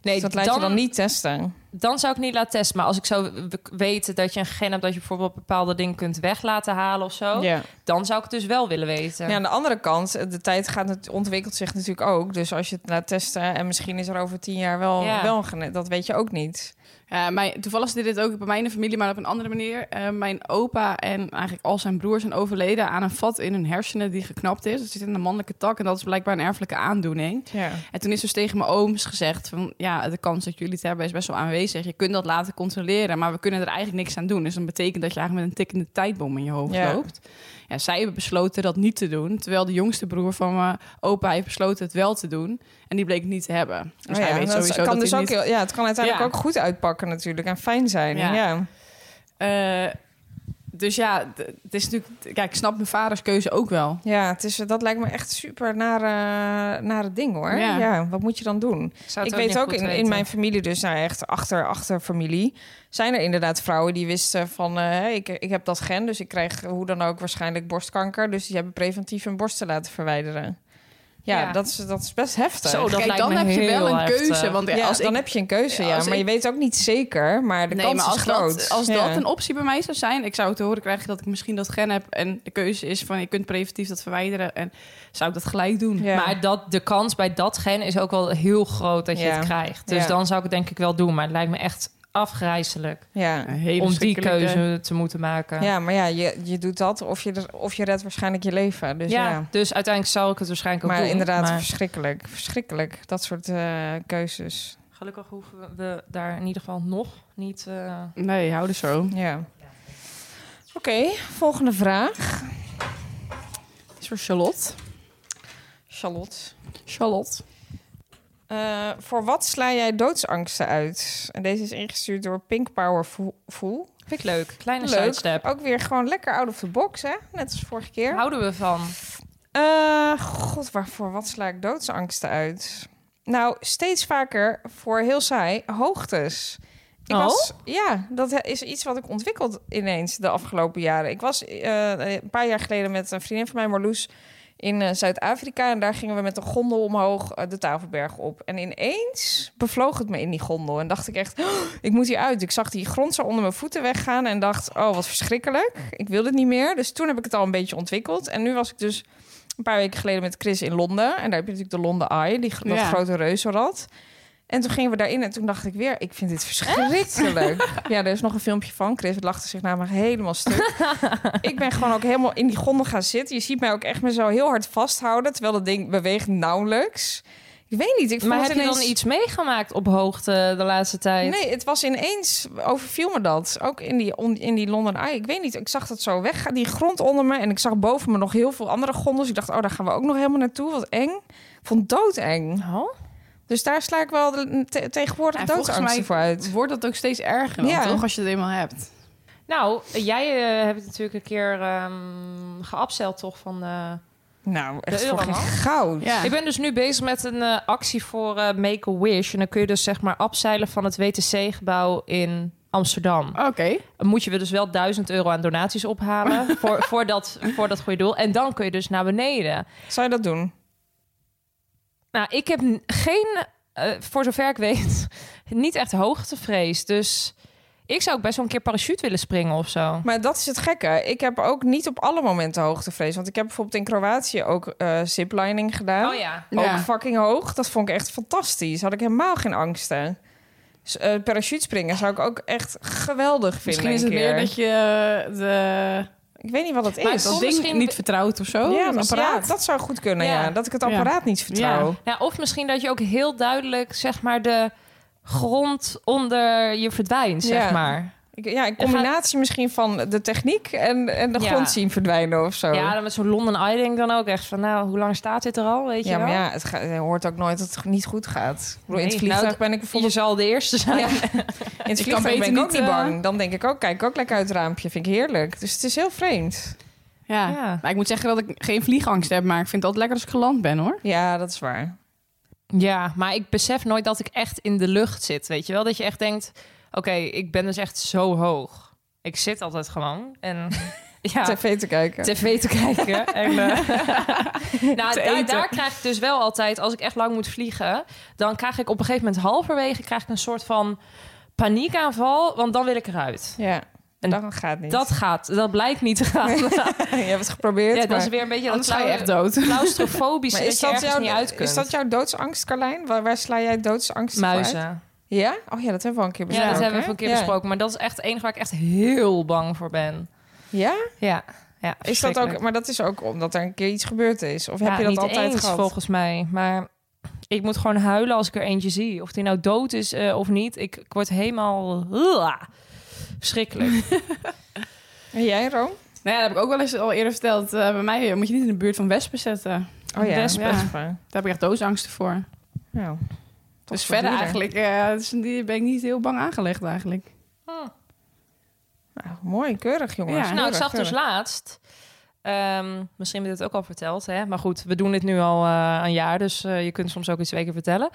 [SPEAKER 4] Nee,
[SPEAKER 5] dus dat laat
[SPEAKER 4] dan,
[SPEAKER 5] je dan niet testen.
[SPEAKER 4] dan zou ik niet laten testen. Maar als ik zou w- weten dat je een gen hebt... dat je bijvoorbeeld bepaalde dingen kunt weg laten halen of zo...
[SPEAKER 5] Ja.
[SPEAKER 4] dan zou ik het dus wel willen weten.
[SPEAKER 5] Ja, aan de andere kant, de tijd gaat het, ontwikkelt zich natuurlijk ook. Dus als je het laat testen en misschien is er over tien jaar wel,
[SPEAKER 4] Ja.
[SPEAKER 5] wel een gene- dat weet je ook niet.
[SPEAKER 6] Ja, Eh, mijn, toevallig zit dit ook bij mij in de familie, maar op een andere manier. Eh, mijn opa en eigenlijk al zijn broers zijn overleden aan een vat in hun hersenen die geknapt is. Dat zit in een mannelijke tak en dat is blijkbaar een erfelijke aandoening.
[SPEAKER 5] Ja.
[SPEAKER 6] En toen is dus tegen mijn ooms gezegd van... ja, de kans dat jullie het hebben is best wel aanwezig. Je kunt dat laten controleren, maar we kunnen er eigenlijk niks aan doen. Dus dat betekent dat je eigenlijk met een tikkende tijdbom in je hoofd
[SPEAKER 5] Ja.
[SPEAKER 6] loopt. Ja, zij hebben besloten dat niet te doen. Terwijl de jongste broer van mijn opa heeft besloten het wel te doen. En die bleek het niet te hebben. Dus hij
[SPEAKER 5] ja,
[SPEAKER 6] weet
[SPEAKER 5] dat
[SPEAKER 6] sowieso
[SPEAKER 5] kan
[SPEAKER 6] dat
[SPEAKER 5] dus
[SPEAKER 6] hij
[SPEAKER 5] ook
[SPEAKER 6] niet...
[SPEAKER 5] heel- ja, het kan uiteindelijk
[SPEAKER 6] Ja.
[SPEAKER 5] ook goed uitpakken natuurlijk en fijn zijn.
[SPEAKER 6] Ja.
[SPEAKER 5] Ja.
[SPEAKER 6] Eh, dus ja, d- het is natuurlijk. Kijk, ik snap mijn vaders keuze ook wel.
[SPEAKER 5] Ja, het is, dat lijkt me echt super nare, nare ding hoor.
[SPEAKER 6] Ja.
[SPEAKER 5] ja, wat moet je dan doen?
[SPEAKER 4] Zou
[SPEAKER 5] Ik
[SPEAKER 4] het
[SPEAKER 5] weet
[SPEAKER 4] niet
[SPEAKER 5] ook
[SPEAKER 4] goed
[SPEAKER 5] in, in
[SPEAKER 4] weten.
[SPEAKER 5] mijn familie, dus nou echt achter, achter familie, zijn er inderdaad vrouwen die wisten van eh, ik, ik heb dat gen, dus ik krijg hoe dan ook waarschijnlijk borstkanker. Dus die hebben preventief hun borsten laten verwijderen. Ja,
[SPEAKER 4] Ja.
[SPEAKER 5] Dat, is, dat is best heftig.
[SPEAKER 4] Zo, dat
[SPEAKER 6] kijk,
[SPEAKER 4] lijkt
[SPEAKER 6] dan
[SPEAKER 4] me
[SPEAKER 6] heb je wel
[SPEAKER 4] heel
[SPEAKER 6] een keuze.
[SPEAKER 4] heftig.
[SPEAKER 6] Want
[SPEAKER 5] ja,
[SPEAKER 6] als
[SPEAKER 5] dan
[SPEAKER 6] ik,
[SPEAKER 5] heb je een keuze, ja.
[SPEAKER 6] als
[SPEAKER 5] Maar je
[SPEAKER 6] ik-
[SPEAKER 5] weet ook niet zeker, maar de
[SPEAKER 6] nee,
[SPEAKER 5] kans
[SPEAKER 6] maar als,
[SPEAKER 5] is groot.
[SPEAKER 6] dat, als
[SPEAKER 5] Ja.
[SPEAKER 6] dat een optie bij mij zou zijn, ik zou het te horen krijgen dat ik misschien dat gen heb. En de keuze is van je kunt preventief dat verwijderen. En zou ik dat gelijk doen?
[SPEAKER 5] Ja.
[SPEAKER 4] Maar dat, de kans bij dat gen is ook wel heel groot dat je
[SPEAKER 5] Ja.
[SPEAKER 4] het krijgt. Dus
[SPEAKER 5] Ja.
[SPEAKER 4] dan zou ik het denk ik wel doen. Maar het lijkt me echt afgrijzelijk
[SPEAKER 5] ja.
[SPEAKER 6] Een hele
[SPEAKER 4] om die
[SPEAKER 6] verschrikkelijke-
[SPEAKER 4] keuze te moeten maken.
[SPEAKER 5] ja, maar ja, je, je doet dat of je, er- of je redt waarschijnlijk je leven. Dus ja.
[SPEAKER 4] Ja, dus uiteindelijk zou ik het waarschijnlijk ook
[SPEAKER 5] Maar
[SPEAKER 4] doen.
[SPEAKER 5] inderdaad,
[SPEAKER 4] maar
[SPEAKER 5] verschrikkelijk. Verschrikkelijk, dat soort eh, keuzes.
[SPEAKER 4] gelukkig hoeven we daar in ieder geval nog niet... eh,
[SPEAKER 6] Nee, hou er zo.
[SPEAKER 5] Ja. Oké, volgende vraag.
[SPEAKER 6] Is voor Charlotte.
[SPEAKER 5] Charlotte.
[SPEAKER 6] Charlotte.
[SPEAKER 5] Eh, voor wat sla jij doodsangsten uit? En deze is ingestuurd door Pink Power Vo- Voel.
[SPEAKER 4] vind ik leuk. Kleine
[SPEAKER 5] Leuk.
[SPEAKER 4] sidestep.
[SPEAKER 5] Ook weer gewoon lekker out of the box, hè? Net als vorige keer.
[SPEAKER 4] Houden we van.
[SPEAKER 5] Eh, God, waarvoor wat sla ik doodsangsten uit? Nou, steeds vaker voor heel saai hoogtes. Ik
[SPEAKER 4] Oh?
[SPEAKER 5] was, ja, dat he- is iets wat ik ontwikkeld ineens de afgelopen jaren. Ik was eh, een paar jaar geleden met een vriendin van mij, Marloes, in eh, Zuid-Afrika. En daar gingen we met een gondel omhoog eh, de Tafelberg op. En ineens bevloog het me in die gondel. En dacht ik echt, "Oh, ik moet hier uit. Ik zag die grond zo onder mijn voeten weggaan. En dacht, oh, wat verschrikkelijk. Ik wil dit niet meer. Dus toen heb ik het al een beetje ontwikkeld. En nu was ik dus een paar weken geleden met Chris in Londen. En daar heb je natuurlijk de Londen Eye, die, gro- dat
[SPEAKER 6] Ja.
[SPEAKER 5] grote reuzenrad. En toen gingen we daarin en toen dacht ik weer, ik vind dit verschrikkelijk. Ja, er is nog een filmpje van. Chris lachte zich namelijk helemaal stuk. ik ben gewoon ook helemaal in die gondel gaan zitten. Je ziet mij ook echt me zo heel hard vasthouden, terwijl dat ding beweegt nauwelijks. Ik weet niet, ik vond
[SPEAKER 4] Maar
[SPEAKER 5] het
[SPEAKER 4] heb je dan
[SPEAKER 5] ineens-
[SPEAKER 4] iets meegemaakt op hoogte de laatste tijd?
[SPEAKER 5] Nee, het was ineens, overviel me dat. Ook in die, on- in die London Eye. Ik weet niet, ik zag dat zo weg, die grond onder me. En ik zag boven me nog heel veel andere gondels. Ik dacht, oh, daar gaan we ook nog helemaal naartoe. Wat eng. Ik vond het doodeng.
[SPEAKER 4] Oh?
[SPEAKER 5] Dus daar sla ik wel de, te- tegenwoordig
[SPEAKER 6] Ja, volgens
[SPEAKER 5] doodsangsten
[SPEAKER 6] mij
[SPEAKER 5] voor uit.
[SPEAKER 6] Wordt dat ook steeds erger dan,
[SPEAKER 5] Ja.
[SPEAKER 6] toch? Als je het eenmaal hebt.
[SPEAKER 4] Nou, jij eh, hebt natuurlijk een keer ehm geabseld toch van... eh,
[SPEAKER 5] Nou, echt voor geen
[SPEAKER 4] Euroman.
[SPEAKER 5] goud.
[SPEAKER 6] Ja.
[SPEAKER 4] Ik ben dus nu bezig met een eh, actie voor eh, Make-A-Wish. En dan kun je dus zeg maar afzeilen van het WTC-gebouw in Amsterdam.
[SPEAKER 6] Oké.
[SPEAKER 4] Dan moet je weer dus wel 1000 euro aan donaties ophalen voor, voor, dat, voor dat goede doel. En dan kun je dus naar beneden.
[SPEAKER 5] Zou je dat doen?
[SPEAKER 4] Nou, ik heb n- geen, eh, voor zover ik weet, niet echt hoogtevrees. Dus ik zou ook best wel een keer parachute willen springen of zo.
[SPEAKER 5] Maar dat is het gekke. Ik heb ook niet op alle momenten hoogtevrees. Want ik heb bijvoorbeeld in Kroatië ook eh ziplining gedaan.
[SPEAKER 4] Oh ja.
[SPEAKER 5] Ook
[SPEAKER 6] Ja.
[SPEAKER 5] fucking hoog. Dat vond ik echt fantastisch. Had ik helemaal geen angsten. Dus, eh parachute springen zou ik ook echt geweldig vinden.
[SPEAKER 6] Misschien is
[SPEAKER 5] een
[SPEAKER 6] het
[SPEAKER 5] keer.
[SPEAKER 6] meer dat je eh, de,
[SPEAKER 5] Ik weet niet wat het
[SPEAKER 4] Maar
[SPEAKER 5] is.
[SPEAKER 4] het
[SPEAKER 6] dat
[SPEAKER 4] Of
[SPEAKER 6] ding
[SPEAKER 4] misschien-
[SPEAKER 6] niet vertrouwt of zo.
[SPEAKER 5] ja,
[SPEAKER 6] dat
[SPEAKER 5] dat,
[SPEAKER 6] apparaat.
[SPEAKER 5] ja, dat zou goed kunnen, ja.
[SPEAKER 4] Ja.
[SPEAKER 5] Dat ik het apparaat niet vertrouw.
[SPEAKER 4] Ja, Nou, of misschien dat je ook heel duidelijk, zeg maar, de grond onder je verdwijnt, zeg
[SPEAKER 5] Ja.
[SPEAKER 4] maar.
[SPEAKER 5] Ik, ja, in combinatie misschien van de techniek en, en de
[SPEAKER 4] Ja.
[SPEAKER 5] grond zien verdwijnen of zo.
[SPEAKER 4] Ja, dan met zo'n London Eye denk ik dan ook echt van, nou, hoe lang staat dit er al, weet
[SPEAKER 5] Ja,
[SPEAKER 4] je wel?
[SPEAKER 5] maar ja, het, ga- je hoort ook nooit dat het niet goed gaat. Ik bedoel, in het
[SPEAKER 4] Nee,
[SPEAKER 5] vliegtuig
[SPEAKER 4] nou,
[SPEAKER 5] ben ik
[SPEAKER 4] Je
[SPEAKER 5] bijvoorbeeld...
[SPEAKER 4] zal de eerste zijn.
[SPEAKER 5] Ja. In het
[SPEAKER 6] Ik
[SPEAKER 5] vliegtuig
[SPEAKER 6] kan
[SPEAKER 5] ben ik
[SPEAKER 6] beter
[SPEAKER 5] ook
[SPEAKER 6] niet,
[SPEAKER 5] niet
[SPEAKER 6] eh,
[SPEAKER 5] bang. Dan denk ik ook, kijk ook lekker uit het raampje. Vind ik heerlijk. Dus het is heel vreemd.
[SPEAKER 6] Ja.
[SPEAKER 4] Ja.
[SPEAKER 6] Maar ik moet zeggen dat ik geen vliegangst heb, maar ik vind het altijd lekker als ik geland ben, hoor.
[SPEAKER 5] Ja, dat is waar.
[SPEAKER 4] Ja, maar ik besef nooit dat ik echt in de lucht zit, weet je wel? Dat je echt denkt, oké, ik ben dus echt zo hoog. Ik zit altijd gewoon en... Ja,
[SPEAKER 5] TV te kijken.
[SPEAKER 4] tv te kijken. En, eh, nou,
[SPEAKER 6] Te
[SPEAKER 4] daar,
[SPEAKER 6] eten.
[SPEAKER 4] daar krijg ik dus wel altijd, als ik echt lang moet vliegen, dan krijg ik op een gegeven moment halverwege krijg ik een soort van paniekaanval, want dan wil ik eruit.
[SPEAKER 5] Ja,
[SPEAKER 4] En
[SPEAKER 5] dan gaat niet.
[SPEAKER 4] Dat gaat, dat blijkt niet te gaan.
[SPEAKER 5] je hebt het geprobeerd,
[SPEAKER 4] ja,
[SPEAKER 5] maar...
[SPEAKER 4] dat is weer een beetje dat
[SPEAKER 6] Anders ga je
[SPEAKER 4] clau-
[SPEAKER 6] echt dood.
[SPEAKER 4] claustrofobische
[SPEAKER 5] maar
[SPEAKER 4] dat,
[SPEAKER 5] is
[SPEAKER 4] je
[SPEAKER 5] dat,
[SPEAKER 4] ergens
[SPEAKER 5] jouw,
[SPEAKER 4] niet uit kunt.
[SPEAKER 5] is dat jouw doodsangst, Carlijn? Waar, waar sla jij doodsangst voor uit?
[SPEAKER 4] Muizen.
[SPEAKER 5] Ja? Oh ja, dat hebben we al een keer
[SPEAKER 4] Ja,
[SPEAKER 5] besproken.
[SPEAKER 4] dat hebben we
[SPEAKER 5] hè?
[SPEAKER 4] een keer
[SPEAKER 5] Ja.
[SPEAKER 4] besproken. Maar dat is echt het enige waar ik echt heel bang voor ben.
[SPEAKER 5] Ja?
[SPEAKER 4] Ja, ja
[SPEAKER 5] Is dat ook,
[SPEAKER 4] verschrikkelijk.
[SPEAKER 5] maar dat is ook omdat er een keer iets gebeurd is. Of heb
[SPEAKER 4] Ja,
[SPEAKER 5] je dat
[SPEAKER 4] niet
[SPEAKER 5] altijd
[SPEAKER 4] eens,
[SPEAKER 5] gehad?
[SPEAKER 4] volgens mij. Maar ik moet gewoon huilen als ik er eentje zie. Of die nou dood is eh, of niet. Ik, ik word helemaal... Uah, verschrikkelijk.
[SPEAKER 5] En jij, Room?
[SPEAKER 6] Nou ja, dat heb ik ook wel eens al eerder verteld. Eh, bij mij eh, moet je niet in de buurt van wespen zetten.
[SPEAKER 5] Oh ja,
[SPEAKER 4] Wespen.
[SPEAKER 5] wespen.
[SPEAKER 6] Daar heb ik echt doodsangsten voor.
[SPEAKER 5] Nou, toch
[SPEAKER 6] dus verder
[SPEAKER 5] wat duurder.
[SPEAKER 6] eigenlijk eh, dus die ben ik niet heel bang aangelegd eigenlijk.
[SPEAKER 4] Hm.
[SPEAKER 5] Nou, mooi, keurig jongens.
[SPEAKER 6] Ja.
[SPEAKER 4] nou, ik
[SPEAKER 5] Keurig,
[SPEAKER 4] zag dus
[SPEAKER 5] keurig.
[SPEAKER 4] laatst... ehm, misschien heb je dit ook al verteld, hè? maar goed, we doen dit nu al eh, een jaar, dus eh, je kunt soms ook iets twee keer vertellen.